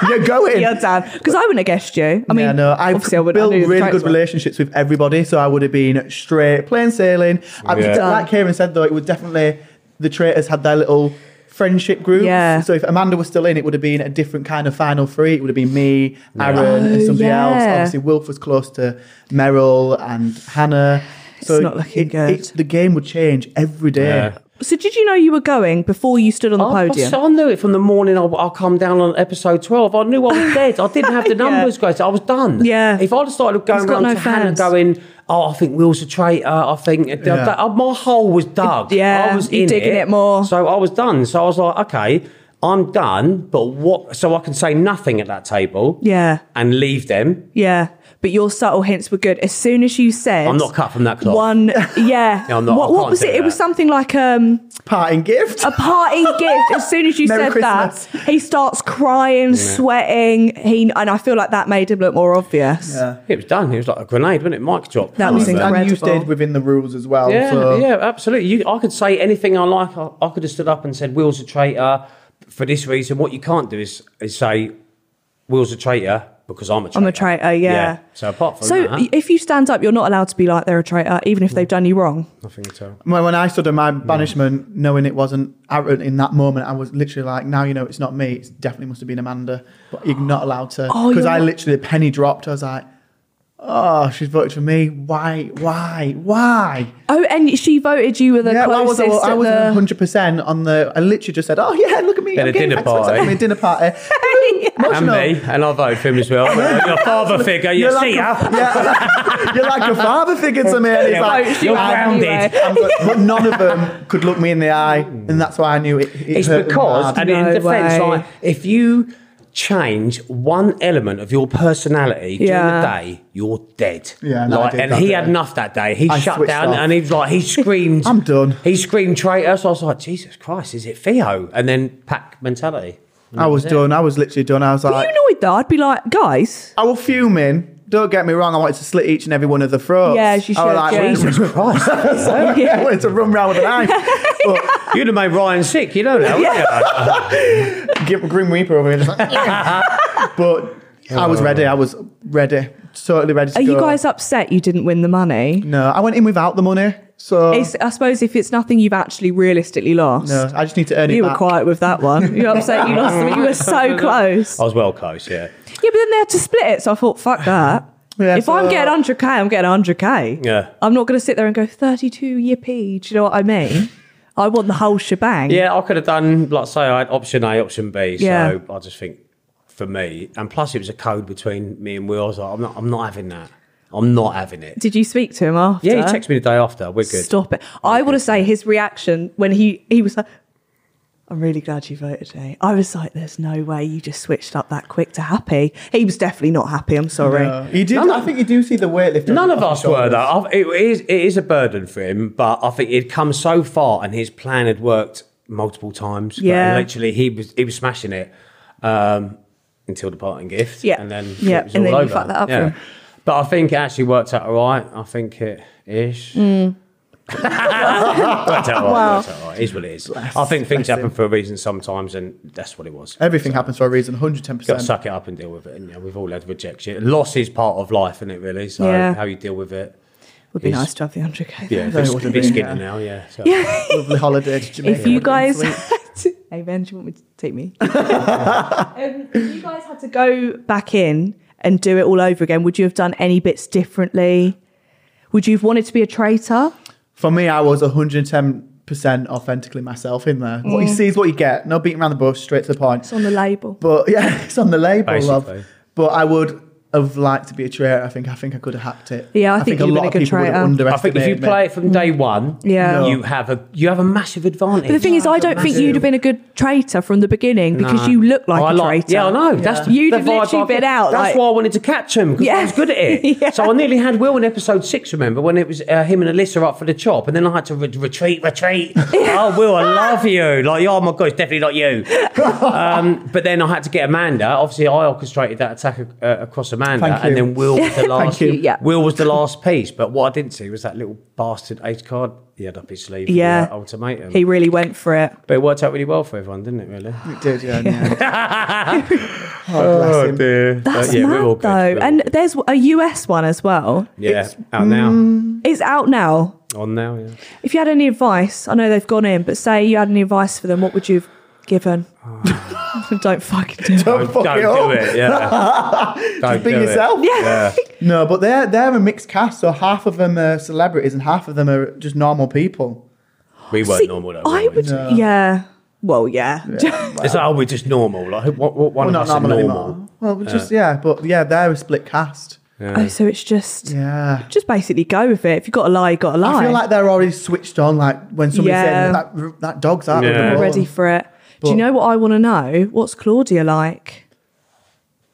Speaker 2: You're going.
Speaker 1: You're done. Because I wouldn't have guessed you. I mean,
Speaker 2: yeah, no, I've
Speaker 1: obviously, I would
Speaker 2: built
Speaker 1: I knew the
Speaker 2: really
Speaker 1: traits
Speaker 2: good
Speaker 1: were.
Speaker 2: relationships with everybody, so I would have been straight plain sailing. I was
Speaker 3: Yeah.
Speaker 2: de- like Kieran said, though, it was definitely the traitors had their little friendship group.
Speaker 1: Yeah.
Speaker 2: So if Amanda was still in, it would have been a different kind of final three. It would have been me, Aaron, and
Speaker 1: Oh,
Speaker 2: somebody else.
Speaker 1: yeah.
Speaker 2: Obviously, Wilf was close to Merrill and Hannah. So
Speaker 1: not looking
Speaker 2: it-
Speaker 1: good.
Speaker 2: it- the game would change every day.
Speaker 3: Yeah.
Speaker 1: So, did you know you were going before you stood on the
Speaker 3: I-
Speaker 1: podium?
Speaker 3: Oh, I, I knew it from the morning I, I come down on episode 12. I knew I was dead. I didn't have the
Speaker 1: Yeah.
Speaker 3: numbers, guys. I was done.
Speaker 1: Yeah.
Speaker 3: If I'd have started
Speaker 1: He's
Speaker 3: going
Speaker 1: got
Speaker 3: around
Speaker 1: no
Speaker 3: to Hannah
Speaker 1: fans.
Speaker 3: going, oh, I think Will's a traitor. I think
Speaker 2: Yeah.
Speaker 3: I- my hole was dug.
Speaker 1: Yeah,
Speaker 3: I was
Speaker 1: you're
Speaker 3: in
Speaker 1: digging it more.
Speaker 3: So I was done. So I was like, okay, I'm done. But what? So I can say nothing at that table.
Speaker 1: Yeah.
Speaker 3: And leave them.
Speaker 1: Yeah. But your subtle hints were good. As soon as you said,
Speaker 3: I'm not cut from that cloth.
Speaker 1: One, yeah.
Speaker 3: Yeah, I'm not- I
Speaker 1: what, what
Speaker 3: can't
Speaker 1: was
Speaker 3: do
Speaker 1: it? It was
Speaker 3: that.
Speaker 1: something like um,
Speaker 2: Parting gift.
Speaker 1: a party gift. As soon as you
Speaker 2: Merry
Speaker 1: said that,
Speaker 2: Christmas.
Speaker 1: he starts crying, sweating. He and I feel like that made him look more obvious.
Speaker 3: It was done. It was like a grenade, wasn't it? Mic drop.
Speaker 1: That was
Speaker 3: Over.
Speaker 1: incredible.
Speaker 2: and you
Speaker 1: incredible.
Speaker 2: stayed within the rules as well.
Speaker 3: Yeah,
Speaker 2: so.
Speaker 3: yeah, absolutely. You, I could say anything I like. I, I could have stood up and said, "Will's a traitor for this reason." What you can't do is, is say, "Will's a traitor because I'm a traitor."
Speaker 1: I'm a traitor, yeah.
Speaker 3: So apart from
Speaker 1: So
Speaker 3: that,
Speaker 1: y- if you stand up, you're not allowed to be like they're a traitor, even if they've done you wrong.
Speaker 3: nothing at all.
Speaker 2: When, when I stood in my banishment, knowing it wasn't Aaron in that moment, I was literally like, now you know it's not me. It definitely must have been Amanda. But you're not allowed to.
Speaker 1: Oh,
Speaker 2: Because
Speaker 1: you're
Speaker 2: I
Speaker 1: not-
Speaker 2: literally, the penny dropped. I was like, oh, she's voted for me. Why? Why? Why?
Speaker 1: Oh, and she voted you were the
Speaker 2: well, I was,
Speaker 1: closest.
Speaker 2: I was, I
Speaker 1: at
Speaker 2: was
Speaker 1: the-
Speaker 2: 100% on the. I literally just said, oh, yeah, look at me.
Speaker 3: At
Speaker 2: I'm
Speaker 3: a
Speaker 2: getting
Speaker 3: dinner
Speaker 2: exercise, I'm
Speaker 3: party.
Speaker 2: at a dinner party.
Speaker 1: Oh,
Speaker 3: And
Speaker 2: Emotional.
Speaker 3: me, and I voted for him as well. Your father figure, you
Speaker 2: You're
Speaker 3: see
Speaker 2: like
Speaker 3: her.
Speaker 2: a, yeah, you're like a father figure to me. And he's
Speaker 3: Yeah,
Speaker 2: like,
Speaker 3: you're
Speaker 2: "I'm-
Speaker 3: grounded.
Speaker 2: I'm good." but none of them could look me in the eye, and that's why I knew it. it
Speaker 3: It's
Speaker 2: hurt them
Speaker 3: because,
Speaker 2: hard.
Speaker 3: and in
Speaker 1: No
Speaker 3: defence,
Speaker 1: way.
Speaker 3: like, if you change one element of your personality
Speaker 1: Yeah.
Speaker 3: during the day, you're dead.
Speaker 2: Yeah, no, I
Speaker 3: like,
Speaker 2: did
Speaker 3: and
Speaker 2: that
Speaker 3: he
Speaker 2: day.
Speaker 3: had enough that day. He
Speaker 2: I
Speaker 3: shut
Speaker 2: switched
Speaker 3: down,
Speaker 2: off.
Speaker 3: and he's like, he screamed.
Speaker 2: I'm done.
Speaker 3: He screamed traitor. So I was like, Jesus Christ, is it Theo? And then pack mentality.
Speaker 2: I was done. I was literally done. I was
Speaker 1: Were
Speaker 2: like,
Speaker 1: you annoyed though? I'd be like, guys,
Speaker 2: I was fuming. Don't get me wrong. I wanted to slit each and every one of the throats.
Speaker 1: Yeah, she
Speaker 2: I was
Speaker 1: should,
Speaker 2: like,
Speaker 1: yeah.
Speaker 3: Jesus Christ,
Speaker 2: I wanted to run round with a knife. But
Speaker 3: you'd have made Ryan sick. You know that. Yeah.
Speaker 2: give a grim reaper over here. Just like, but I was ready. I was ready. Totally ready to
Speaker 1: are
Speaker 2: go.
Speaker 1: you guys upset you didn't win the money?
Speaker 2: No, I went in without the money. So
Speaker 1: It's, I suppose if it's nothing you've actually realistically lost.
Speaker 2: no, I just need to earn it
Speaker 1: You were
Speaker 2: back.
Speaker 1: quiet with that one. You're upset you lost them. You were so close.
Speaker 3: I was well close. Yeah.
Speaker 1: Yeah, but then they had to split it, so I thought, fuck that.
Speaker 2: Yeah,
Speaker 1: if I'm
Speaker 2: so-
Speaker 1: getting 100k, I'm getting 100k.
Speaker 3: uh, Yeah.
Speaker 1: I'm not going to sit there and go 32 yippee. Do you know what I mean? I want the whole shebang.
Speaker 3: Yeah, I could have done, like, say, I had option A, option B.
Speaker 1: Yeah.
Speaker 3: So I just think, for me. And plus, it was a code between me and Will. I was like, I'm not, I'm not having that. I'm not having it.
Speaker 1: Did you speak to him after?
Speaker 3: Yeah, he texted me the day after. We're good.
Speaker 1: Stop it. I want to say his reaction when he, he was like, I'm really glad you voted me. I was like, there's no way you just switched up that quick to happy. He was definitely not happy. I'm sorry.
Speaker 2: You do. I think you do see the weightlifter.
Speaker 3: None of
Speaker 2: off
Speaker 3: us
Speaker 2: your
Speaker 3: were
Speaker 2: shoulders.
Speaker 3: though. I've- It is, it is a burden for him, but I think he'd come so far, and his plan had worked multiple times.
Speaker 1: Yeah.
Speaker 3: Like, literally, he was he was smashing it um, until the parting gift.
Speaker 1: Yeah.
Speaker 3: and then
Speaker 1: Yeah,
Speaker 3: it was
Speaker 1: and
Speaker 3: all
Speaker 1: then you
Speaker 3: over.
Speaker 1: fucked that up for him.
Speaker 3: But I think it actually worked out all right. I think it ish.
Speaker 1: Hmm.
Speaker 3: worked out all right. Worked out all right. It is what it is. I think things happen for a reason sometimes, and that's what it was.
Speaker 2: Everything happens for a reason. Hundred ten
Speaker 3: Got to
Speaker 2: percent.
Speaker 3: suck it up and deal with it. And yeah, we've all had rejection. Loss is part of life, isn't it? Really. So
Speaker 1: Yeah.
Speaker 3: how you deal with it.
Speaker 1: Would be
Speaker 3: He's-
Speaker 1: nice to have the 100k.
Speaker 3: Yeah,
Speaker 2: Very
Speaker 3: it's
Speaker 2: well
Speaker 3: a
Speaker 2: been,
Speaker 3: bit skinny
Speaker 2: yeah.
Speaker 3: now, yeah. So.
Speaker 2: Lovely holiday to Jamaica.
Speaker 1: If you
Speaker 2: Would've been
Speaker 1: guys,
Speaker 2: sweet.
Speaker 1: hey Ben, do you want me to take me? um, if you guys had to go back in and do it all over again, would you have done any bits differently? Would you have wanted to be a traitor?
Speaker 2: for me, I was 110% authentically myself in there. What
Speaker 1: Mm.
Speaker 2: you see is what you get. No beating around the bush, straight to the point.
Speaker 1: It's on the label.
Speaker 2: But yeah, it's on the label,
Speaker 3: Basically.
Speaker 2: love. But I would have liked to be a traitor. I think I think I could have hacked it.
Speaker 1: Yeah, I think
Speaker 2: a
Speaker 1: you'd have
Speaker 2: lot
Speaker 1: been
Speaker 2: of
Speaker 1: a good
Speaker 2: people would
Speaker 1: traitor.
Speaker 2: have
Speaker 3: I think if you
Speaker 2: underestimated me.
Speaker 3: play it from day one,
Speaker 1: Yeah.
Speaker 3: you have a you have a massive advantage.
Speaker 1: But the thing is, I don't think
Speaker 3: massive.
Speaker 1: you'd have been a good traitor from the beginning because
Speaker 3: No.
Speaker 1: you look like
Speaker 3: Oh, I
Speaker 1: a traitor.
Speaker 3: Yeah, I know. That's the-
Speaker 1: You'd
Speaker 3: the
Speaker 1: have
Speaker 3: vibe
Speaker 1: literally
Speaker 3: I-
Speaker 1: been out,
Speaker 3: That's
Speaker 1: like-
Speaker 3: why I wanted to catch him because
Speaker 1: Yeah.
Speaker 3: I was good at it.
Speaker 1: Yeah.
Speaker 3: So I nearly had Will in episode six. Remember when it was uh, him and Alyssa up for the chop, and then I had to re- retreat, retreat. oh, Will, I love you. Like, oh my god, it's definitely not you. um, but then I had to get Amanda. Obviously, I orchestrated that attack ac- uh, across Amanda,
Speaker 2: Thank
Speaker 3: and
Speaker 2: you.
Speaker 3: then Will was the last.
Speaker 2: you.
Speaker 1: Yeah.
Speaker 3: Will was the last piece. But what I didn't see was that little bastard ace card he had up his sleeve. for
Speaker 1: Yeah.
Speaker 3: the ultimatum.
Speaker 1: He really went for it.
Speaker 3: but it worked out really well for everyone, didn't it? Really.
Speaker 2: It did, yeah. in the end. oh, bless him.
Speaker 3: dear. Uh,
Speaker 1: That's mad though. And there's a US one as well.
Speaker 3: yeah, out now,
Speaker 1: It's out now.
Speaker 3: on now. Yeah.
Speaker 1: If you had any advice, I know they've gone in, but say you had any advice for them, what would you have given?
Speaker 2: Ah.
Speaker 1: Don't fucking do
Speaker 3: Oh,
Speaker 1: it.
Speaker 2: Don't fuck it up.
Speaker 3: it. Yeah. don't
Speaker 2: Be
Speaker 3: do it.
Speaker 2: yourself.
Speaker 1: Yeah.
Speaker 2: No, but they're they're a mixed cast, so half of them are celebrities and half of them are just normal people.
Speaker 3: We weren't
Speaker 1: See,
Speaker 3: normal. Though,
Speaker 1: I
Speaker 3: were we?
Speaker 1: would.
Speaker 2: No.
Speaker 1: Yeah. Well, yeah.
Speaker 3: It's like, oh, we're just normal. Like, what, what one
Speaker 2: Well,
Speaker 3: of
Speaker 2: not
Speaker 3: us are
Speaker 2: normal,
Speaker 3: normal?
Speaker 2: anymore. Well, just yeah, but yeah, they're a split cast.
Speaker 1: oh, so it's just,
Speaker 2: Yeah.
Speaker 1: just basically go with it. If you got to lie, you got to lie.
Speaker 2: I feel like they're already switched on. Like when somebody
Speaker 1: Yeah.
Speaker 2: said that, that dog's out.
Speaker 3: Yeah.
Speaker 2: Yeah.
Speaker 1: You're ready for it. do you know what I want to know? What's Claudia like?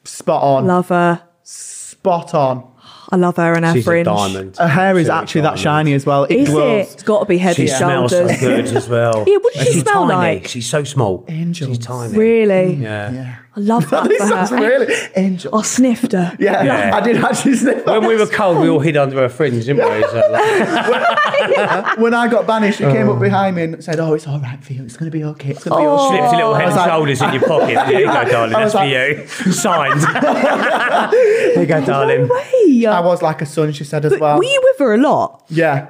Speaker 2: Spot on.
Speaker 1: Love her.
Speaker 2: Spot on.
Speaker 1: I love her and her
Speaker 3: She's a
Speaker 1: fringe.
Speaker 3: diamond.
Speaker 2: Her hair is
Speaker 3: She's a
Speaker 2: actually that
Speaker 3: diamond.
Speaker 2: shiny as well. It
Speaker 1: Is
Speaker 2: glows.
Speaker 1: it? It's got to be head
Speaker 3: She
Speaker 1: and
Speaker 3: smells so
Speaker 1: shoulders.
Speaker 3: good as well.
Speaker 1: Yeah, what does she
Speaker 3: She's
Speaker 1: smell
Speaker 3: tiny.
Speaker 1: like?
Speaker 3: She's so small.
Speaker 2: Angel.
Speaker 3: She's tiny.
Speaker 1: really?
Speaker 3: Yeah.
Speaker 2: Yeah.
Speaker 1: I love that
Speaker 2: This
Speaker 1: for
Speaker 2: sounds
Speaker 1: her.
Speaker 2: really angel.
Speaker 1: I sniffed her.
Speaker 2: Yeah,
Speaker 3: Yeah.
Speaker 2: I did actually sniff that.
Speaker 3: When we were cold, we all hid under her fringe, didn't we? So, like,
Speaker 2: When I got banished, she came
Speaker 3: Uh.
Speaker 2: up behind me and said, "Oh, it's all right for you. It's going to be okay. It's going to
Speaker 1: Oh.
Speaker 2: be
Speaker 3: slipped a little head
Speaker 2: I was
Speaker 3: and
Speaker 2: like-
Speaker 3: shoulders in your pocket. There you go, darling.
Speaker 2: I
Speaker 3: That's
Speaker 2: was
Speaker 3: for
Speaker 2: like-
Speaker 3: you. Signed. there you go, darling.
Speaker 1: Way.
Speaker 2: I was like a son," she said as
Speaker 1: But
Speaker 2: Ah, well.
Speaker 1: uh, were you with her a lot?
Speaker 2: yeah.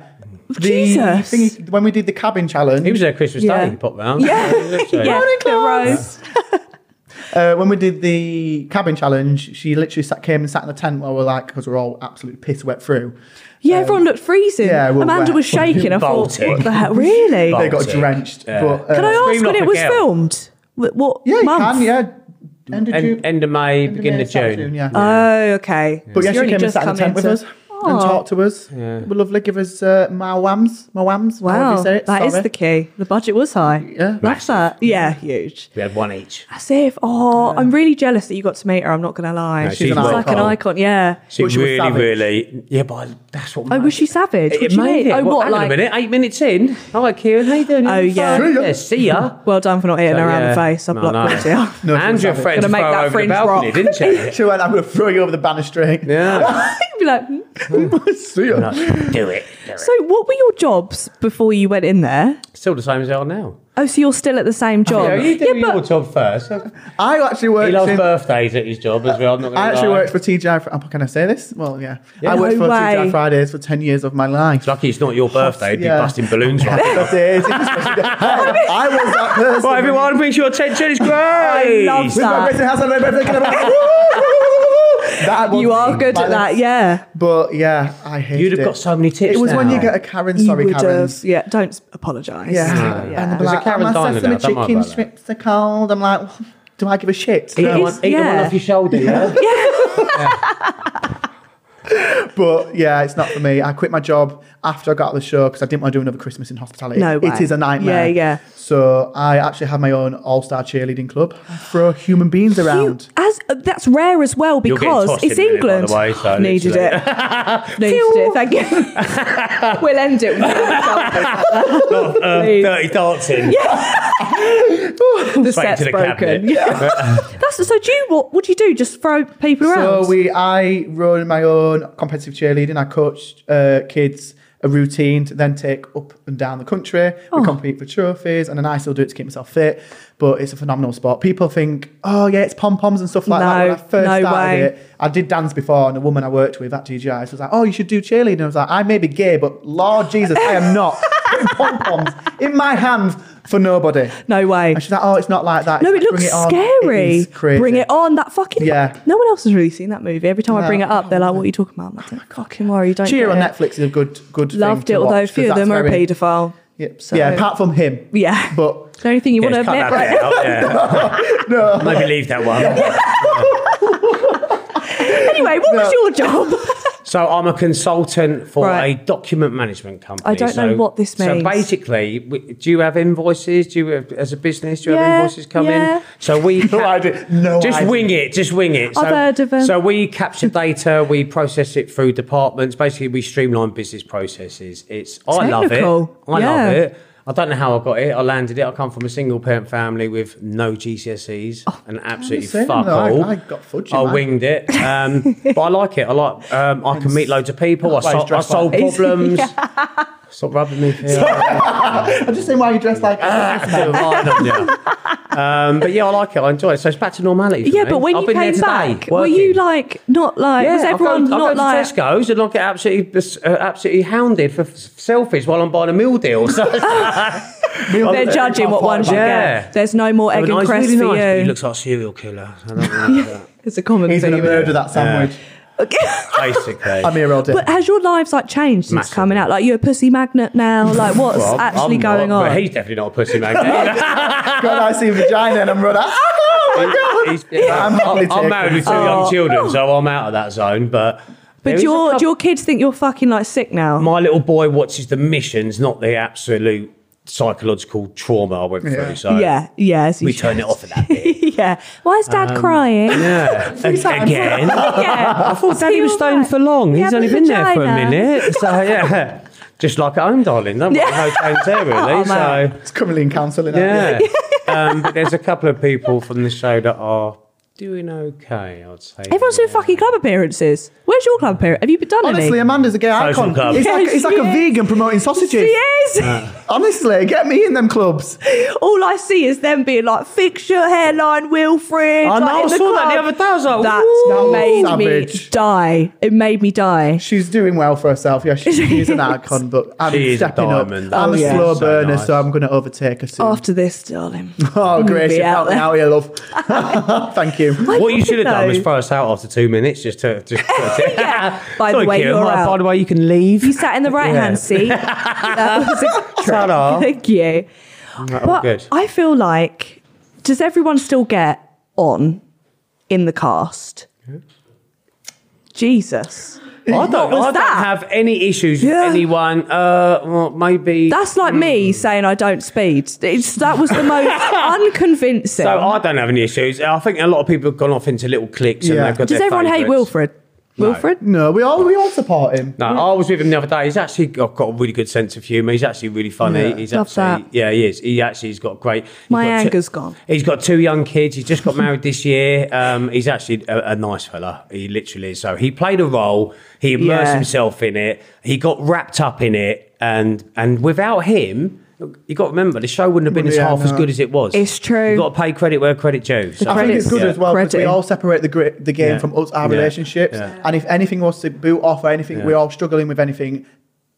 Speaker 2: The
Speaker 1: Jesus.
Speaker 2: thingy- when we did the cabin challenge,
Speaker 3: He was there Christmas
Speaker 1: Yeah.
Speaker 3: Day. He popped round.
Speaker 1: Yeah. yeah. Little Rose.
Speaker 2: uh, when we did the cabin challenge, she literally sat, came and sat in the tent while we're like, because we're all absolutely piss wet through.
Speaker 1: Yeah, everyone looked freezing.
Speaker 2: yeah, we were
Speaker 1: Amanda
Speaker 2: wet.
Speaker 1: was shaking. I thought,
Speaker 3: Bolting.
Speaker 1: what the hell? Really?
Speaker 2: They got
Speaker 3: Baltic.
Speaker 2: drenched.
Speaker 3: Yeah.
Speaker 2: But, uh,
Speaker 1: Can I ask
Speaker 3: Scream
Speaker 1: when
Speaker 3: like
Speaker 1: it
Speaker 3: a
Speaker 1: was
Speaker 3: girl.
Speaker 1: filmed? Wh- What
Speaker 2: Yeah, you
Speaker 1: month?
Speaker 2: can. Yeah, end of June.
Speaker 3: End, end of May, beginning of
Speaker 2: start
Speaker 3: June.
Speaker 2: of yeah.
Speaker 1: Oh, okay.
Speaker 2: but
Speaker 1: So
Speaker 2: yeah,
Speaker 1: you
Speaker 2: she
Speaker 1: only
Speaker 2: came and
Speaker 1: just
Speaker 2: sat in
Speaker 1: come Oh,
Speaker 2: the tent with
Speaker 1: into-
Speaker 2: us and talked to us. It was lovely. Give us uh, my whams, my whams. however
Speaker 1: Wow,
Speaker 2: you say it,
Speaker 1: that is
Speaker 2: sorry.
Speaker 1: the key. The budget was high.
Speaker 2: Yeah.
Speaker 1: Love that. Yeah, huge.
Speaker 3: We had one each.
Speaker 1: That's it. Oh, I'm really jealous that you got to meet her. I'm not going to lie.
Speaker 3: No,
Speaker 1: she's
Speaker 3: she's
Speaker 1: like
Speaker 2: well
Speaker 1: an
Speaker 3: cool.
Speaker 1: icon. Yeah.
Speaker 3: She
Speaker 2: But she was
Speaker 3: really,
Speaker 2: savage.
Speaker 3: really. Yeah, but I- that's what.
Speaker 1: Oh, was she savage?
Speaker 3: It,
Speaker 1: What
Speaker 3: it
Speaker 1: do you
Speaker 3: made
Speaker 1: mean?
Speaker 3: it.
Speaker 1: Oh,
Speaker 3: Well,
Speaker 1: what,
Speaker 3: hang on
Speaker 1: like-
Speaker 3: a minute. Eight minutes in. All right, Kieran, how you doing?
Speaker 1: Oh,
Speaker 3: Having
Speaker 1: yeah.
Speaker 3: fun?
Speaker 2: See ya.
Speaker 3: Yeah, see ya.
Speaker 1: Well done for not hitting her around the face. I've
Speaker 3: No,
Speaker 1: blocked
Speaker 3: no.
Speaker 1: that out.
Speaker 2: No, she was
Speaker 3: Andrew
Speaker 2: savage.
Speaker 3: Fred
Speaker 1: Gonna
Speaker 3: threw
Speaker 1: make
Speaker 3: her
Speaker 1: that
Speaker 3: over the
Speaker 1: fringe
Speaker 3: balcony,
Speaker 1: rock.
Speaker 3: didn't she?
Speaker 2: She went, I'm going to throw you over the banister. eh?"
Speaker 3: yeah.
Speaker 1: You'd be like, "Hmm."
Speaker 2: See ya.
Speaker 3: do it. do it.
Speaker 1: so what were your jobs before you went in there?
Speaker 3: Still the same as they are now.
Speaker 1: Oh, so you're still at the same job?
Speaker 3: Oh, Yeah, you do
Speaker 1: but
Speaker 3: your job first.
Speaker 2: I actually
Speaker 3: He
Speaker 2: worked.
Speaker 3: loves
Speaker 2: in-
Speaker 3: birthdays at his job as well. I'm not gonna
Speaker 2: I actually
Speaker 3: lie.
Speaker 2: worked for TGI. Fr- oh, can I say this? Well, yeah. I
Speaker 1: No
Speaker 2: worked for
Speaker 1: way.
Speaker 2: TGI Fridays for 10 years of my life.
Speaker 3: Lucky it's not your birthday. He'd be
Speaker 2: Yeah.
Speaker 3: busting balloons right now.
Speaker 2: That is. It's especially- Hey, I was that person.
Speaker 3: Right, everyone, brings your attention. It's great. I
Speaker 1: love
Speaker 2: With my raising house on my birthday, can I- That was
Speaker 1: you are good
Speaker 2: my
Speaker 1: at
Speaker 2: life.
Speaker 1: that, yeah.
Speaker 2: But yeah, I hated
Speaker 3: You'd have got
Speaker 2: it.
Speaker 3: so many tips.
Speaker 2: It was when
Speaker 3: now.
Speaker 2: you get a Karen,
Speaker 1: You
Speaker 2: sorry,
Speaker 1: would
Speaker 2: Karen.
Speaker 1: have- yeah, don't apologise.
Speaker 2: Yeah.
Speaker 1: Yeah.
Speaker 2: And
Speaker 3: There's a
Speaker 2: like, "Oh,
Speaker 3: Karen
Speaker 2: my
Speaker 3: Diner now, don't
Speaker 2: sesame
Speaker 3: worry
Speaker 2: chicken
Speaker 3: about that.
Speaker 2: strips are cold. I'm like, do I give a shit?
Speaker 3: Either,
Speaker 1: It
Speaker 3: one,
Speaker 1: is-
Speaker 3: either one
Speaker 1: yeah.
Speaker 3: off your shoulder, yeah?
Speaker 2: But yeah, it's not for me. I quit my job after I got out of the show because I didn't want to do another Christmas in hospitality.
Speaker 1: No way.
Speaker 2: It is a nightmare.
Speaker 1: Yeah, yeah.
Speaker 2: So I actually have my own all star cheerleading club. I throw human beings around.
Speaker 1: You- as uh, that's rare as well
Speaker 3: You're getting
Speaker 1: because
Speaker 3: tossed
Speaker 1: it's
Speaker 3: in a minute, by the
Speaker 1: England.
Speaker 3: way, so
Speaker 1: Needed it. Needed it. Thank you. we'll end it. With
Speaker 3: Um, dirty dancing.
Speaker 1: the
Speaker 3: Straight
Speaker 1: set's
Speaker 3: to the
Speaker 1: broken.
Speaker 3: cabinet.
Speaker 1: Yeah. That's so. Do you what? What do you do? Just throw people around?
Speaker 2: So we, I run my own competitive cheerleading. I coach uh, kids a routine to then take up and down the country.
Speaker 1: Oh.
Speaker 2: We compete for trophies, and then I still do it to keep myself fit. But it's a phenomenal sport. People think, oh yeah, it's pom poms and stuff like that. When I
Speaker 1: No,
Speaker 2: first
Speaker 1: no
Speaker 2: started
Speaker 1: way.
Speaker 2: it, I did dance before, and a woman I worked with at TGI was like, oh, you should do cheerleading. I was like, I may be gay, but Lord Jesus, I am not putting pom poms in my hands for nobody.
Speaker 1: no way.
Speaker 2: And she's like, oh, it's not like that.
Speaker 1: No, it
Speaker 2: It's
Speaker 1: looks
Speaker 2: like, "Bring it on."
Speaker 1: scary.
Speaker 2: It is crazy.
Speaker 1: Bring it on. That fucking.
Speaker 2: Yeah.
Speaker 1: No one else has really seen that movie. Every time I
Speaker 2: No.
Speaker 1: bring it up, they're like, "What are you talking about?" I'm like, "Don't fucking worry. You don't."
Speaker 2: Cheer
Speaker 1: get
Speaker 2: on
Speaker 1: it."
Speaker 2: Netflix is a good good
Speaker 1: Loved it,
Speaker 2: thing to
Speaker 1: although a
Speaker 2: watch,
Speaker 1: few of
Speaker 2: 'cause
Speaker 1: them are
Speaker 2: that's
Speaker 1: a
Speaker 2: very-
Speaker 1: paedophile.
Speaker 2: Yeah,
Speaker 1: So-
Speaker 2: yeah, apart from him.
Speaker 1: Yeah.
Speaker 2: But
Speaker 1: It's the only thing you
Speaker 3: Yeah,
Speaker 1: want to
Speaker 3: just cut
Speaker 1: admit,
Speaker 3: that
Speaker 1: right?
Speaker 3: bit out, yeah. Maybe leave that one.
Speaker 1: anyway, what was
Speaker 2: No.
Speaker 1: your job?
Speaker 3: So I'm a consultant for
Speaker 1: Right.
Speaker 3: a document management company.
Speaker 1: I don't
Speaker 3: so,
Speaker 1: know what this means.
Speaker 3: So basically, we, do you have invoices? Do you, have, as a business, do you
Speaker 1: Yeah,
Speaker 3: have invoices come
Speaker 1: yeah.
Speaker 3: in? So we
Speaker 2: No
Speaker 3: cap-
Speaker 2: idea. No
Speaker 3: Just
Speaker 2: idea.
Speaker 3: wing it. Just wing it.
Speaker 1: I've
Speaker 3: so,
Speaker 1: heard of 'em.
Speaker 3: So we capture data. We process it through departments. Basically, we streamline business processes. It's I love it.
Speaker 1: Technical,
Speaker 3: I
Speaker 1: yeah.
Speaker 3: love it. I don't know how I got it. I landed it. I come from a single parent family with no GCSEs
Speaker 1: Oh,
Speaker 3: and absolutely
Speaker 2: same,
Speaker 3: fuck
Speaker 2: though. I-
Speaker 3: all.
Speaker 2: I got fudge in
Speaker 3: I
Speaker 2: mine.
Speaker 3: winged it, um, but I like it. I like. Um, I can meet loads of people. I,
Speaker 2: why he's
Speaker 3: sol- I
Speaker 2: dressed
Speaker 3: solve
Speaker 2: like
Speaker 1: this.
Speaker 3: problems. Stop rubbing me. Yeah.
Speaker 2: I'm just saying why you dress like "Ah,
Speaker 3: I feel right on you. um, but yeah, I like it. I enjoy it. So it's back to normality. for
Speaker 1: yeah,
Speaker 3: me.
Speaker 1: but when
Speaker 3: I've
Speaker 1: you
Speaker 3: been there
Speaker 1: came
Speaker 3: today,
Speaker 1: back, were
Speaker 3: working.
Speaker 1: you like not like? was
Speaker 3: I'll
Speaker 1: everyone
Speaker 3: go, I'll
Speaker 1: not
Speaker 3: go to
Speaker 1: like?
Speaker 3: Tesco's and I get absolutely uh, absolutely hounded for f- selfies while I'm buying a meal deal. So
Speaker 1: They're judging what one should
Speaker 3: Yeah.
Speaker 1: get. There's no more egg
Speaker 3: Oh,
Speaker 1: and
Speaker 3: nice,
Speaker 1: cress
Speaker 3: really
Speaker 1: for
Speaker 3: nice, but
Speaker 1: you.
Speaker 3: He looks like a serial killer. I don't really like that.
Speaker 1: it's a common
Speaker 2: He's
Speaker 1: theme.
Speaker 2: gonna murder that sandwich.
Speaker 3: Basically,
Speaker 2: I'm here all day.
Speaker 1: But has your lives like changed since
Speaker 3: Massively.
Speaker 1: coming out? Like you're a pussy magnet now. Like what's
Speaker 3: Well, I'm-
Speaker 1: actually
Speaker 3: I'm
Speaker 1: going
Speaker 3: not,
Speaker 1: on?
Speaker 3: But he's definitely not a pussy magnet.
Speaker 2: God, I see vagina and I'm running. Oh my god!
Speaker 3: He's- he's-
Speaker 2: I'm
Speaker 3: I'm,
Speaker 2: happily
Speaker 3: I'm
Speaker 2: taken.
Speaker 3: married with two young children, so I'm out of that zone. But
Speaker 1: But
Speaker 3: there is a
Speaker 1: your
Speaker 3: couple-
Speaker 1: do your kids think you're fucking like sick now.
Speaker 3: my little boy watches the missions, not the absolute psychological trauma I went
Speaker 2: Yeah.
Speaker 3: through. So
Speaker 1: yeah, yeah. as you
Speaker 3: we
Speaker 1: should.
Speaker 3: turn it off at that bit.
Speaker 1: yeah. Why is Dad crying?
Speaker 3: Yeah,
Speaker 2: times.
Speaker 3: again.
Speaker 1: Yeah.
Speaker 3: I thought
Speaker 1: Daddy
Speaker 3: Daddy
Speaker 1: was
Speaker 3: was
Speaker 1: staying
Speaker 3: stoned for long.
Speaker 1: Yeah,
Speaker 3: He's only
Speaker 1: but
Speaker 3: been there for a
Speaker 1: vagina.
Speaker 3: minute. So yeah, just like at home, darling. Don't
Speaker 1: Yeah.
Speaker 3: no change there really.
Speaker 1: Oh, man.
Speaker 3: so
Speaker 2: It's currently in counselling.
Speaker 3: yeah, um, but there's a couple of people from the show that are doing okay. I'd say
Speaker 1: Everyone's doing fucking club appearances. Where's your club appearance? Have you done
Speaker 2: Honestly,
Speaker 1: any?
Speaker 2: Amanda's a gay icon.
Speaker 3: club.
Speaker 2: It's like,
Speaker 1: Yes,
Speaker 2: it's like
Speaker 1: she
Speaker 2: a
Speaker 1: is.
Speaker 2: vegan promoting
Speaker 1: She
Speaker 2: sausages.
Speaker 1: is.
Speaker 3: Uh.
Speaker 2: Honestly, get me in them clubs.
Speaker 1: All I see is them being like, fix your hairline, Wilfred.
Speaker 3: I know,
Speaker 1: like,
Speaker 3: I
Speaker 1: in the
Speaker 3: saw that
Speaker 1: club.
Speaker 3: the other day. I was like,
Speaker 1: That
Speaker 3: "Ooh,
Speaker 1: made me
Speaker 2: savage."
Speaker 1: die. It made me die.
Speaker 2: She's doing well for herself. Yeah, she,
Speaker 1: She
Speaker 2: she's
Speaker 1: is.
Speaker 2: an icon, but I'm
Speaker 3: She is a
Speaker 2: stepping up.
Speaker 3: diamond.
Speaker 2: I'm
Speaker 1: Oh,
Speaker 2: a
Speaker 1: yeah.
Speaker 2: slow
Speaker 3: So
Speaker 2: burner,
Speaker 3: nice.
Speaker 2: so I'm going to overtake her soon.
Speaker 1: After this, darling.
Speaker 2: oh, Grace,
Speaker 1: be
Speaker 2: you
Speaker 1: out
Speaker 2: helped me
Speaker 1: there.
Speaker 2: out here, love. Thank you.
Speaker 3: What you should have done was
Speaker 1: No.
Speaker 3: throw us out after two minutes, just to. Just
Speaker 1: Yeah. By the
Speaker 3: Sorry,
Speaker 1: way,
Speaker 3: Kieran.
Speaker 1: you're
Speaker 3: Oh, By
Speaker 1: out.
Speaker 3: the way, you can leave.
Speaker 1: You sat in the right hand
Speaker 3: Yeah.
Speaker 1: seat. That was a
Speaker 3: Ta-da.
Speaker 1: Thank you.
Speaker 3: Oh,
Speaker 1: But
Speaker 3: good.
Speaker 1: I feel like, does everyone still get on in the cast? Jesus.
Speaker 3: I don't,
Speaker 1: was
Speaker 3: I
Speaker 1: that?
Speaker 3: don't have any issues
Speaker 1: Yeah.
Speaker 3: with anyone. Uh, well, maybe.
Speaker 1: That's like
Speaker 3: Hmm.
Speaker 1: me saying I don't speed. It's, that was the most unconvincing.
Speaker 3: so I don't have any issues. I think a lot of people have gone off into little cliques
Speaker 2: Yeah.
Speaker 3: and they've got
Speaker 1: Does
Speaker 3: their
Speaker 1: everyone hate
Speaker 3: favourites.
Speaker 1: Wilfred? Wilfred?
Speaker 2: No, we all we all support him.
Speaker 3: No, I was with him the other day. He's actually got, got a really good sense of humour. He's actually really funny.
Speaker 2: Yeah.
Speaker 3: he's
Speaker 1: Love
Speaker 3: actually,
Speaker 1: that.
Speaker 3: yeah, he is. He actually has got great. he's
Speaker 1: My
Speaker 3: got
Speaker 1: anger's
Speaker 3: two,
Speaker 1: gone.
Speaker 3: He's got two young kids. He's just got married this year. Um, he's actually a, a nice fella. He literally is. So he played a role. He immersed
Speaker 1: Yeah.
Speaker 3: himself in it. He got wrapped up in it, and and without him. You got to remember, the show wouldn't have been as
Speaker 2: Yeah,
Speaker 3: half as
Speaker 2: no.
Speaker 3: good as it was.
Speaker 1: It's true.
Speaker 3: You got to pay credit where credit due. So
Speaker 2: I think
Speaker 1: Credits.
Speaker 2: it's good
Speaker 3: Yeah.
Speaker 2: as well because we
Speaker 1: Credit.
Speaker 2: all separate the gri- the game
Speaker 3: Yeah.
Speaker 2: from us, our
Speaker 3: Yeah.
Speaker 2: relationships,
Speaker 3: Yeah.
Speaker 2: and if anything was to boot off or anything, we're all struggling with anything.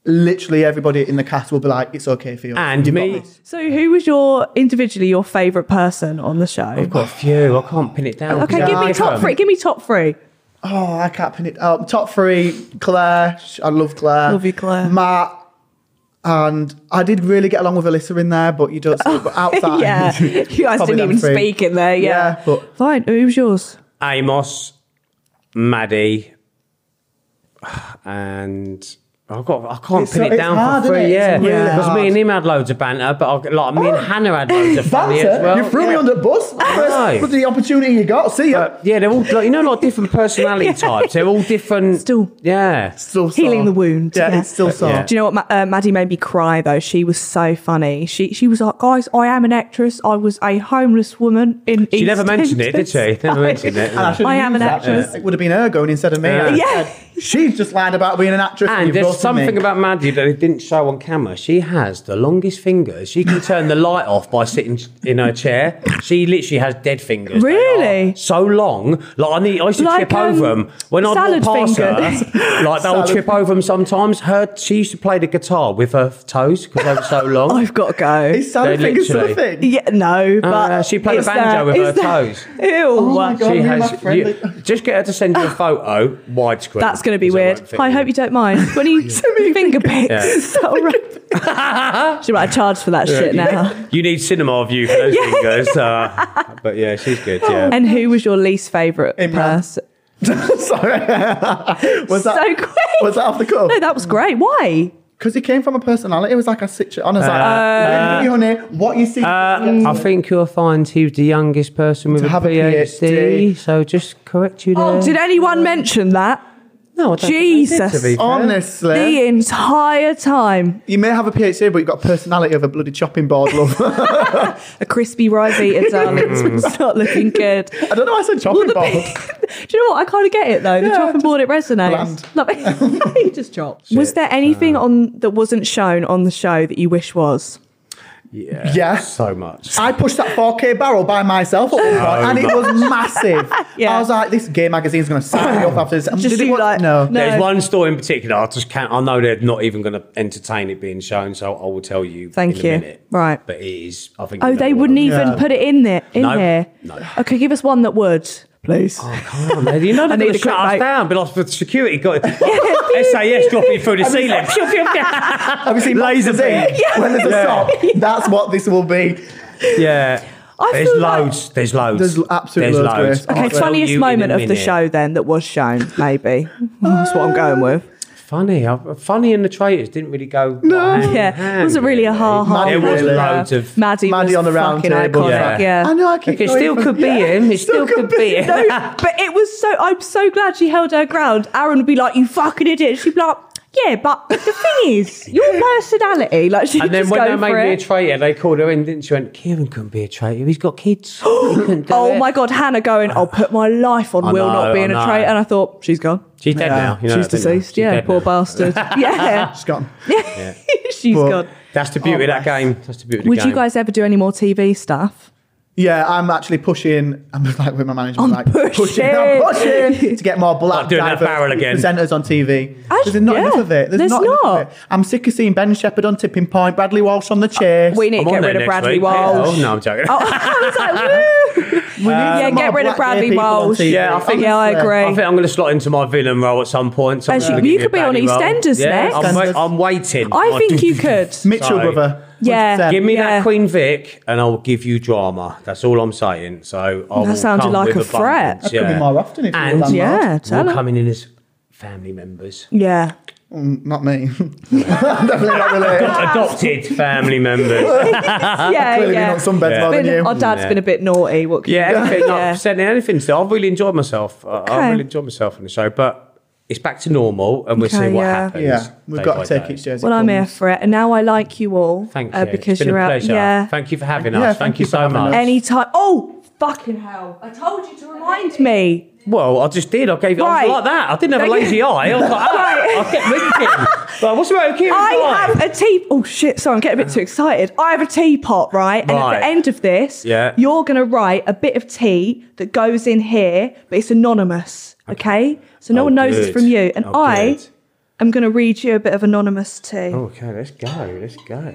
Speaker 2: Literally, everybody in the cast will be like, "It's okay for you."
Speaker 3: And
Speaker 2: You've got
Speaker 3: me,
Speaker 2: this."
Speaker 1: So who was your individually your favourite person on the show?
Speaker 3: I've got a few. I can't pin it down. um,
Speaker 1: Okay,
Speaker 2: Yeah,
Speaker 1: give me
Speaker 2: I
Speaker 1: top
Speaker 2: can.
Speaker 1: three. Give me top three.
Speaker 2: Oh, I can't pin it. Oh, top three: Claire. Sh- I love Claire.
Speaker 1: Love you, Claire.
Speaker 2: Matt. And I did really get along with Alyssa in there, but you don't. see it. But outside,
Speaker 1: Oh, yeah, you guys
Speaker 2: probably
Speaker 1: didn't
Speaker 2: them
Speaker 1: even
Speaker 2: three.
Speaker 1: speak in there. Yeah,
Speaker 2: Yeah, but-
Speaker 1: fine. Who's yours?
Speaker 3: Amos, Maddie, and I've got I can't
Speaker 2: It's
Speaker 3: pin
Speaker 2: so-
Speaker 3: it
Speaker 2: it's
Speaker 3: down
Speaker 2: hard,
Speaker 3: for
Speaker 2: isn't
Speaker 3: free.
Speaker 2: it? It's
Speaker 3: Yeah,
Speaker 2: really
Speaker 3: because
Speaker 2: hard. Oh.
Speaker 3: me and him had loads of banter, but I, like me and Hannah had loads of banter
Speaker 2: Banter?
Speaker 3: as well.
Speaker 2: you threw me
Speaker 3: Yeah. Uh,
Speaker 2: under the bus. First, was the opportunity you got. See ya.
Speaker 3: But, yeah, they're all like, you know, like different personality types. They're all different.
Speaker 1: Still.
Speaker 3: yeah.
Speaker 2: still
Speaker 1: Healing
Speaker 2: sore.
Speaker 1: the wound,
Speaker 2: Yeah,
Speaker 1: yeah.
Speaker 2: it's still sore.
Speaker 3: yeah.
Speaker 1: Do you know what? Ma- uh, Maddie made me cry though. She was so funny. She she was like, guys, I am an actress. I was a homeless woman in.
Speaker 3: She never mentioned it, did she? Never mentioned it.
Speaker 2: And I, should've
Speaker 1: I am
Speaker 2: used
Speaker 1: an
Speaker 2: that, but
Speaker 1: actress.
Speaker 2: It would have been her going instead of me.
Speaker 3: Yeah.
Speaker 2: I
Speaker 1: Yeah.
Speaker 2: said, She's just lied about being an actress.
Speaker 3: And
Speaker 2: you
Speaker 3: there's
Speaker 2: brought to me."
Speaker 3: something about Maddie that it didn't show on camera. She has the longest fingers. She can turn the light off by sitting in her chair. She literally has dead fingers. They
Speaker 1: Really?
Speaker 3: are So long. Like I need. I used to
Speaker 1: Like,
Speaker 3: trip over
Speaker 1: um,
Speaker 3: them when I
Speaker 1: salad
Speaker 3: walk past
Speaker 1: fingers.
Speaker 3: her. Like they'll
Speaker 2: Salad
Speaker 3: trip over them sometimes. Her. She used to play the guitar with her toes because they were so long.
Speaker 1: I've got to go.
Speaker 2: It's sounded
Speaker 3: They
Speaker 2: like it's
Speaker 3: literally-
Speaker 2: something.
Speaker 1: yeah, no, but
Speaker 3: uh, she played a
Speaker 1: it's there.
Speaker 3: banjo with her
Speaker 1: It's there.
Speaker 3: toes.
Speaker 1: Ew.
Speaker 2: my God.
Speaker 3: She
Speaker 2: me and my
Speaker 3: has.
Speaker 2: friend-
Speaker 3: you- just get her to send you a photo widescreen.
Speaker 1: That's going to be
Speaker 3: because I
Speaker 1: weird.
Speaker 3: won't fit
Speaker 1: I
Speaker 3: in.
Speaker 1: hope you don't mind. When you send me finger pics,
Speaker 3: Yeah.
Speaker 1: is that all right? She might charge for that shit now.
Speaker 3: You need cinema view for those fingers. Uh, but yeah, she's good. Yeah.
Speaker 1: And who was your least favourite
Speaker 2: Imran.
Speaker 1: person?
Speaker 2: Sorry. was that
Speaker 1: so quick.
Speaker 2: was that off the cuff?
Speaker 1: No, that was great. Why?
Speaker 2: Because it came from a personality. It was like a situation. I was like,
Speaker 1: Uh,
Speaker 2: "Let me, honey, what you see.
Speaker 3: I think you'll find he was the youngest person with
Speaker 2: To
Speaker 3: Mm. a
Speaker 2: have a
Speaker 3: PhD,
Speaker 2: PhD.
Speaker 3: So just correct you there.
Speaker 1: Oh, did anyone mention that?
Speaker 3: no, I don't think they did, to
Speaker 1: Jesus.
Speaker 3: be fair.
Speaker 2: Honestly,
Speaker 1: The entire time.
Speaker 2: you may have a PhD, but you've got a personality of a bloody chopping board, love. I
Speaker 1: A crispy rye beater, darling. it's not looking good.
Speaker 2: don't know why I said chopping board.
Speaker 1: Do you know what? I kind of get it though. The
Speaker 2: Yeah,
Speaker 1: chopping board, it resonates.
Speaker 2: bland.
Speaker 1: Like, you just chopped. Was there anything on that wasn't shown on the show that you wish was?
Speaker 3: Yeah. Uh,
Speaker 2: Yeah.
Speaker 3: So much.
Speaker 2: I pushed that 4K barrel by myself at one
Speaker 3: Oh,
Speaker 2: point, and it was massive.
Speaker 1: Yeah.
Speaker 2: I was like, this gay magazine's going to sign me up after this. And
Speaker 1: Just
Speaker 2: did it
Speaker 1: you
Speaker 2: work?
Speaker 1: like-
Speaker 2: no.
Speaker 1: No.
Speaker 3: There's one story in particular. I just can't. I know they're not even going to entertain it being shown, so I will tell you.
Speaker 1: Thank
Speaker 3: in
Speaker 1: you.
Speaker 3: A minute.
Speaker 1: Right.
Speaker 3: But it is. I think.
Speaker 1: Oh,
Speaker 3: you know
Speaker 1: they
Speaker 3: what
Speaker 1: wouldn't
Speaker 3: I mean.
Speaker 1: even
Speaker 2: Yeah.
Speaker 1: put it in there. In
Speaker 3: No,
Speaker 1: here.
Speaker 3: no.
Speaker 1: Okay, give us one that would, please.
Speaker 3: Come on, lady. You know they're
Speaker 1: need
Speaker 3: going to
Speaker 1: a quick
Speaker 3: shut us
Speaker 1: break.
Speaker 3: down. But off the security got SAS dropping through the ceiling.
Speaker 2: Have you seen
Speaker 3: Laser
Speaker 2: Monsters, Inc?
Speaker 3: beam.
Speaker 2: When there's a sock, that's what this will be.
Speaker 3: Yeah.
Speaker 1: I
Speaker 3: There's
Speaker 1: feel like-
Speaker 3: loads. There's loads.
Speaker 2: There's absolute loads, Grace.
Speaker 1: Okay,
Speaker 3: I'll tell you
Speaker 1: funniest
Speaker 3: in a
Speaker 1: moment of the
Speaker 3: minute. Uh,
Speaker 1: show then that was shown, maybe. That's what I'm going with.
Speaker 3: Funny, I- funny, and the traitors didn't really go.
Speaker 2: No.
Speaker 3: hand in
Speaker 1: Yeah, it
Speaker 3: hand,
Speaker 1: wasn't really a ha ha.
Speaker 2: Maddie
Speaker 3: There was
Speaker 2: really.
Speaker 3: loads of.
Speaker 1: Maddie,
Speaker 2: Maddie
Speaker 1: was
Speaker 2: on the round
Speaker 1: fucking
Speaker 2: table.
Speaker 1: iconic,
Speaker 3: Yeah.
Speaker 1: Yeah.
Speaker 2: I know I keep
Speaker 3: Like, it
Speaker 2: going
Speaker 3: still
Speaker 2: for-
Speaker 3: could be him. It still could be him.
Speaker 1: No, but it was so. I'm so glad she held her ground. Aaron would be like, "You fucking idiot." She'd be like, "Yeah, but the thing is, your personality." Like she'd
Speaker 3: And then
Speaker 1: just
Speaker 3: when
Speaker 1: go
Speaker 3: they made
Speaker 1: for
Speaker 3: me a
Speaker 1: it.
Speaker 3: traitor, they called her in, didn't she? Went, Kieran couldn't be a traitor. He's got kids. He couldn't do
Speaker 1: Oh
Speaker 3: it."
Speaker 1: my god, Hannah going, I'll put my life on
Speaker 3: I
Speaker 1: Will
Speaker 3: know,
Speaker 1: not being
Speaker 3: I
Speaker 1: a
Speaker 3: know.
Speaker 1: traitor. And I thought, she's gone.
Speaker 3: She's dead now. You know
Speaker 1: she's
Speaker 3: that, didn't you?
Speaker 1: deceased.
Speaker 3: She's
Speaker 1: yeah,
Speaker 3: dead
Speaker 1: poor
Speaker 3: now.
Speaker 1: bastard. yeah.
Speaker 2: She's gone.
Speaker 1: she's
Speaker 2: But-
Speaker 1: gone.
Speaker 3: That's the beauty of that game. That's the beauty. of the
Speaker 1: Oh, Would you
Speaker 3: game.
Speaker 1: guys ever do any more TV stuff?
Speaker 2: Yeah, I'm actually pushing. I'm just like with my management, like
Speaker 1: pushing.
Speaker 2: I'm pushing to get more black
Speaker 3: Like doing that
Speaker 2: diverse
Speaker 3: barrel again.
Speaker 2: presenters on TV.
Speaker 1: Actually,
Speaker 2: There's not
Speaker 1: yeah,
Speaker 2: enough of it. There's,
Speaker 1: there's
Speaker 2: not. enough
Speaker 1: not. Uh,
Speaker 2: of it. I'm sick of seeing Ben Shepherd on Tipping Point, Bradley Walsh on the chase.
Speaker 1: We need
Speaker 3: I'm
Speaker 1: to
Speaker 3: on
Speaker 1: get
Speaker 3: there
Speaker 1: rid of
Speaker 3: next
Speaker 1: Bradley
Speaker 3: week.
Speaker 1: Walsh.
Speaker 3: Oh, no, I'm joking.
Speaker 1: Oh, I was like, woo.
Speaker 2: We need
Speaker 1: yeah,
Speaker 2: some
Speaker 1: get
Speaker 2: more
Speaker 1: rid of
Speaker 2: black
Speaker 1: Bradley
Speaker 2: gay people on
Speaker 1: Walsh.
Speaker 2: TV.
Speaker 3: Yeah, I think- uh,
Speaker 1: yeah, I agree.
Speaker 3: I think I'm going to slot into my villain role at some point. Someone's
Speaker 1: Actually,
Speaker 3: gonna give
Speaker 1: you
Speaker 3: me
Speaker 1: could
Speaker 3: a
Speaker 1: be on
Speaker 3: baddie role.
Speaker 1: EastEnders
Speaker 3: Yeah, I'm,
Speaker 2: next.
Speaker 3: wai- I'm waiting.
Speaker 1: I
Speaker 3: Oh,
Speaker 1: think
Speaker 3: do-
Speaker 1: you could.
Speaker 2: Mitchell
Speaker 3: Sorry.
Speaker 2: brother.
Speaker 1: Yeah.
Speaker 2: 100%.
Speaker 3: Give me
Speaker 1: Um, Yeah.
Speaker 3: that Queen Vic, and I'll give you drama. That's all I'm saying. So I
Speaker 1: That
Speaker 3: will
Speaker 1: sounded
Speaker 3: come
Speaker 1: like
Speaker 3: with
Speaker 1: a threat.
Speaker 3: abundance,
Speaker 2: That could be more often if you
Speaker 3: And-
Speaker 2: were landlord.
Speaker 1: Yeah, tell
Speaker 3: We're
Speaker 1: her.
Speaker 3: coming in as family members,
Speaker 1: Yeah.
Speaker 3: Uh,
Speaker 2: Mm, not me. Definitely not related.
Speaker 3: adopted family members.
Speaker 1: yeah,
Speaker 2: Clearly
Speaker 1: yeah.
Speaker 2: not some better
Speaker 3: Yeah.
Speaker 2: more than
Speaker 1: Been-
Speaker 2: you.
Speaker 1: our dad's
Speaker 3: Yeah.
Speaker 1: been a bit naughty. What can
Speaker 3: Yeah,
Speaker 1: you do?
Speaker 3: everything.
Speaker 1: Yeah.
Speaker 3: Not sending anything. So I've really enjoyed myself. I
Speaker 1: Okay.
Speaker 3: I really enjoyed myself on the show, but it's back to normal, and we'll
Speaker 1: Okay,
Speaker 3: see what
Speaker 1: yeah.
Speaker 3: happens.
Speaker 2: Yeah, we've
Speaker 3: day
Speaker 2: got
Speaker 3: by
Speaker 2: to take
Speaker 3: day.
Speaker 2: each jersey.
Speaker 1: Well, I'm here for it, and now I like you all.
Speaker 3: Thank you.
Speaker 1: uh, because
Speaker 3: it's been
Speaker 1: you're
Speaker 3: a
Speaker 1: out.
Speaker 3: pleasure.
Speaker 1: Yeah.
Speaker 3: Thank you for having
Speaker 2: Yeah,
Speaker 3: us.
Speaker 2: thank
Speaker 3: thank you
Speaker 2: you for
Speaker 3: so
Speaker 2: having
Speaker 3: much.
Speaker 2: us.
Speaker 1: Anytime. Oh, fucking hell! I told you to remind me.
Speaker 3: Well, I just did. I gave. I
Speaker 1: Right.
Speaker 3: was like that. I didn't have a
Speaker 1: Don't you-
Speaker 3: lazy eye. I was like, ah. I kept winking. But what's about Kieran's eye?
Speaker 1: I have a tea. Oh shit! Sorry, I'm getting a bit too excited. I have a teapot, right? And at
Speaker 3: Right.
Speaker 1: the end of this,
Speaker 3: Yeah.
Speaker 1: you're gonna write a bit of tea that goes in here, but it's anonymous. Okay, so no
Speaker 3: Oh,
Speaker 1: one knows it's
Speaker 3: good.
Speaker 1: from you, and
Speaker 3: Oh,
Speaker 1: I
Speaker 3: good.
Speaker 1: am gonna read you a bit of anonymous tea. Oh,
Speaker 3: Okay, let's go. Let's go.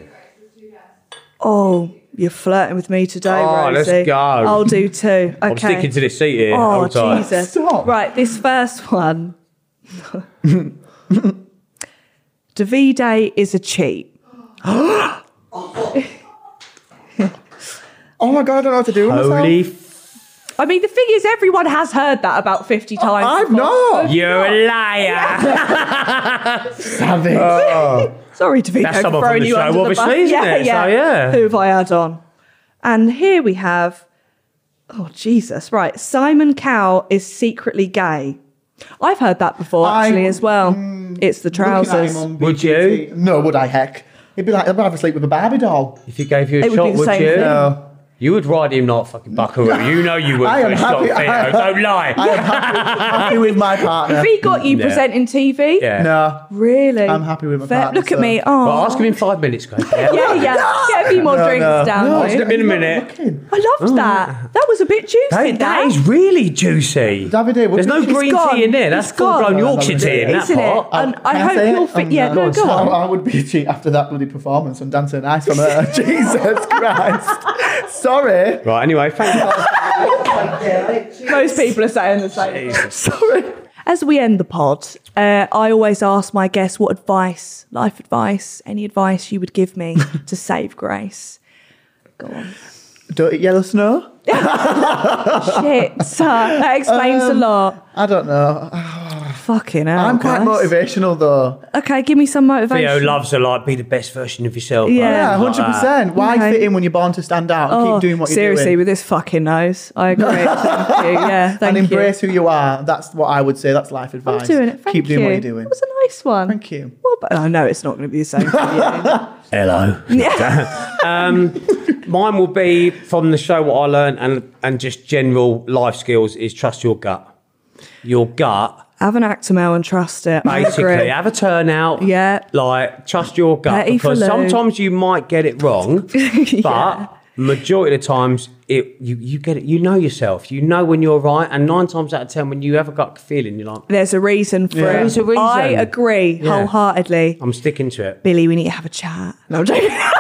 Speaker 1: Oh, you're flirting with me today,
Speaker 3: Oh, let's
Speaker 1: Rosie.
Speaker 3: go.
Speaker 1: I'll do too. Okay.
Speaker 3: I'm sticking to this seat here.
Speaker 1: Oh,
Speaker 3: Hold tight.
Speaker 1: Jesus.
Speaker 2: Stop.
Speaker 1: Right, this first one. Davide is a cheat.
Speaker 2: Oh my god, I don't know what to do with
Speaker 3: Holy
Speaker 2: myself.
Speaker 3: f-
Speaker 1: I mean, the thing is, everyone has heard that about 50 times.
Speaker 2: Oh, I've
Speaker 1: before.
Speaker 2: not.
Speaker 3: You're a liar.
Speaker 2: Savage.
Speaker 1: Sorry to be
Speaker 3: That's
Speaker 1: for
Speaker 3: someone from
Speaker 1: throwing
Speaker 3: the
Speaker 1: you
Speaker 3: show,
Speaker 1: under the
Speaker 3: obviously,
Speaker 1: bus.
Speaker 3: isn't it? So, yeah.
Speaker 1: Who have I had on? And here we have. Oh Jesus! Right, Simon Cowell is secretly gay. I've heard that before
Speaker 2: I- Mm,
Speaker 1: actually as well. it's the
Speaker 2: Looking at
Speaker 1: trousers.
Speaker 2: him on
Speaker 3: Would
Speaker 2: BGT.
Speaker 3: you?
Speaker 2: No, would I heck? He'd be like, I'd rather sleep with a Barbie doll.
Speaker 3: If you gave you a
Speaker 1: It would
Speaker 3: shot,
Speaker 1: be the
Speaker 3: would,
Speaker 1: same
Speaker 3: you?
Speaker 1: thing.
Speaker 2: No.
Speaker 3: You would ride him like fucking buckaroo. You know you would.
Speaker 2: I am
Speaker 3: for a shot,
Speaker 2: happy-
Speaker 3: Theo.
Speaker 2: I-
Speaker 3: Don't lie.
Speaker 2: I am happy, happy with my partner.
Speaker 1: If he got you
Speaker 3: Yeah.
Speaker 1: presenting TV,
Speaker 3: yeah.
Speaker 2: No.
Speaker 1: really,
Speaker 2: I'm happy with my
Speaker 1: Fair-
Speaker 2: partner,
Speaker 1: Look at
Speaker 2: so-
Speaker 1: me. Oh,
Speaker 3: Well, ask him in five minutes, Greg. Yeah.
Speaker 1: yeah, yeah. Get a few more
Speaker 2: No,
Speaker 1: drinks
Speaker 2: no.
Speaker 1: down.
Speaker 2: No,
Speaker 1: mate.
Speaker 3: It's been a minute.
Speaker 2: Looking.
Speaker 1: I loved that. That was a bit juicy.
Speaker 3: That- that
Speaker 1: Dad.
Speaker 3: is really juicy.
Speaker 2: Davide, would
Speaker 3: There's no
Speaker 2: you- It's
Speaker 3: green
Speaker 1: gone.
Speaker 3: tea in there.
Speaker 1: It's
Speaker 3: That's full
Speaker 1: gone.
Speaker 3: blown
Speaker 2: No,
Speaker 3: Yorkshire
Speaker 2: that was
Speaker 3: tea in that
Speaker 1: Isn't it?
Speaker 3: pot.
Speaker 1: And I
Speaker 2: Can
Speaker 1: hope
Speaker 2: say it?
Speaker 1: you'll fit.
Speaker 2: Um,
Speaker 1: Yeah, no, go on.
Speaker 2: I, I would be a cheat after that bloody performance on Dancing Ice from her. Jesus Christ. Sorry.
Speaker 3: Right, anyway, thank you.
Speaker 1: Most people are saying the same. Sorry. As we end the pod, uh, I always ask my guests what advice, life advice, any advice you would give me to save Grace. Go on.
Speaker 2: Don't eat yellow snow?
Speaker 1: Shit, sir, that explains a lot.
Speaker 2: I don't know.
Speaker 1: Fucking hell.
Speaker 2: Um, I'm quite
Speaker 1: Grace.
Speaker 2: motivational though.
Speaker 1: Okay, give me some motivation.
Speaker 3: Theo loves a like be the best version of yourself.
Speaker 1: Yeah.
Speaker 3: like, uh,
Speaker 2: Yeah,
Speaker 3: like
Speaker 2: hundred
Speaker 3: that.
Speaker 2: percent. Why
Speaker 1: Okay.
Speaker 2: fit in when you're born to stand out? and
Speaker 1: Oh,
Speaker 2: Keep doing what
Speaker 1: seriously,
Speaker 2: you're doing.
Speaker 1: with this fucking nose. I agree. thank you. Yeah, thank
Speaker 2: and
Speaker 1: you.
Speaker 2: embrace who you are. That's what I would say. That's life
Speaker 1: I'm
Speaker 2: advice.
Speaker 1: doing it. Thank
Speaker 2: Keep
Speaker 1: you.
Speaker 2: doing what you're doing.
Speaker 1: That was a nice one.
Speaker 2: Thank you.
Speaker 1: Well, but I know it's not going to be the same for you.
Speaker 3: Hello. um, mine will be from the show what I learned and and just general life skills is trust your gut. Your gut,
Speaker 1: Have an Actimel and trust it. I
Speaker 3: basically,
Speaker 1: agree.
Speaker 3: have a turnout.
Speaker 1: Yeah.
Speaker 3: Like trust your gut
Speaker 1: Petty for
Speaker 3: because
Speaker 1: Lou.
Speaker 3: sometimes you might get it wrong, but majority of the times it you, you get it. You know yourself. You know when you're right, and nine times out of ten, when you have a gut feeling, you're like,
Speaker 1: There's a reason for it.
Speaker 2: Yeah. There's
Speaker 3: a reason.
Speaker 1: I agree
Speaker 3: Yeah.
Speaker 1: wholeheartedly.
Speaker 3: I'm sticking to it.
Speaker 1: Billy, we need to have a chat. No, I'm joking. yeah.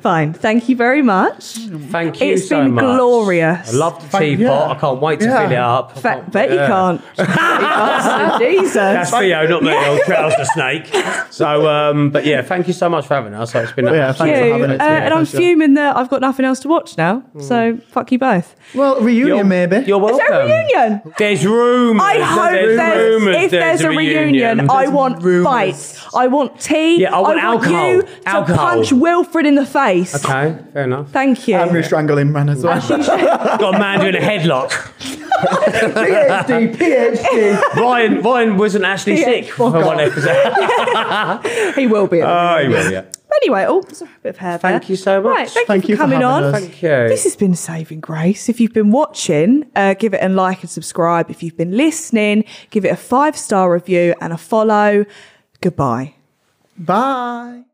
Speaker 1: Fine. Thank you very much.
Speaker 3: Thank you
Speaker 1: It's
Speaker 3: so
Speaker 1: been
Speaker 3: much.
Speaker 1: glorious.
Speaker 3: I love the
Speaker 2: Thank-
Speaker 3: teapot.
Speaker 2: yeah.
Speaker 3: I can't wait to
Speaker 2: Yeah.
Speaker 3: fill it up. I
Speaker 1: Fa-
Speaker 3: can't-
Speaker 1: bet you
Speaker 3: Oh, yeah.
Speaker 1: can't. Bet you can't. Jesus.
Speaker 3: That's Theo, not the old trouser snake. So, um, but yeah, thank you so much for having us. It's been
Speaker 2: Yeah,
Speaker 3: absolute-
Speaker 2: thanks for having
Speaker 1: you.
Speaker 2: us.
Speaker 1: Uh,
Speaker 2: yeah,
Speaker 1: and I'm
Speaker 2: thanks, yeah.
Speaker 1: fuming that I've got nothing else to watch now.
Speaker 3: Mm.
Speaker 1: So fuck you both.
Speaker 2: Well, reunion maybe.
Speaker 3: You're
Speaker 1: Is
Speaker 3: welcome.
Speaker 1: there a reunion?
Speaker 3: There's rumours.
Speaker 1: I hope
Speaker 3: there's,
Speaker 1: there's,
Speaker 3: rumours
Speaker 1: if there's, a reunion, I want
Speaker 2: rumours.
Speaker 1: bites. I want tea.
Speaker 3: Yeah, I want alcohol.
Speaker 1: you to
Speaker 3: Alcohol.
Speaker 1: punch Wilfred in the face.
Speaker 3: Okay, fair enough.
Speaker 1: Thank you.
Speaker 2: I'm going strangling man as well.
Speaker 3: Got a man doing a headlock.
Speaker 2: PhD, PhD.
Speaker 3: Ryan, Ryan wasn't actually
Speaker 1: Yeah, Oh,
Speaker 3: sick for
Speaker 1: fuck off.
Speaker 3: one episode.
Speaker 1: he will be.
Speaker 3: oh, he will, yeah.
Speaker 1: Anyway, oh, sorry, a bit of hair
Speaker 3: Thank
Speaker 1: there.
Speaker 3: you so much.
Speaker 1: Right, thank,
Speaker 2: Thank
Speaker 1: you
Speaker 2: you
Speaker 1: for
Speaker 2: for
Speaker 1: coming on.
Speaker 2: having us.
Speaker 3: Thank you.
Speaker 1: This has been Saving Grace. If you've been watching, uh, give it a like and subscribe. If you've been listening, give it a five star review and a follow. Goodbye.
Speaker 2: Bye.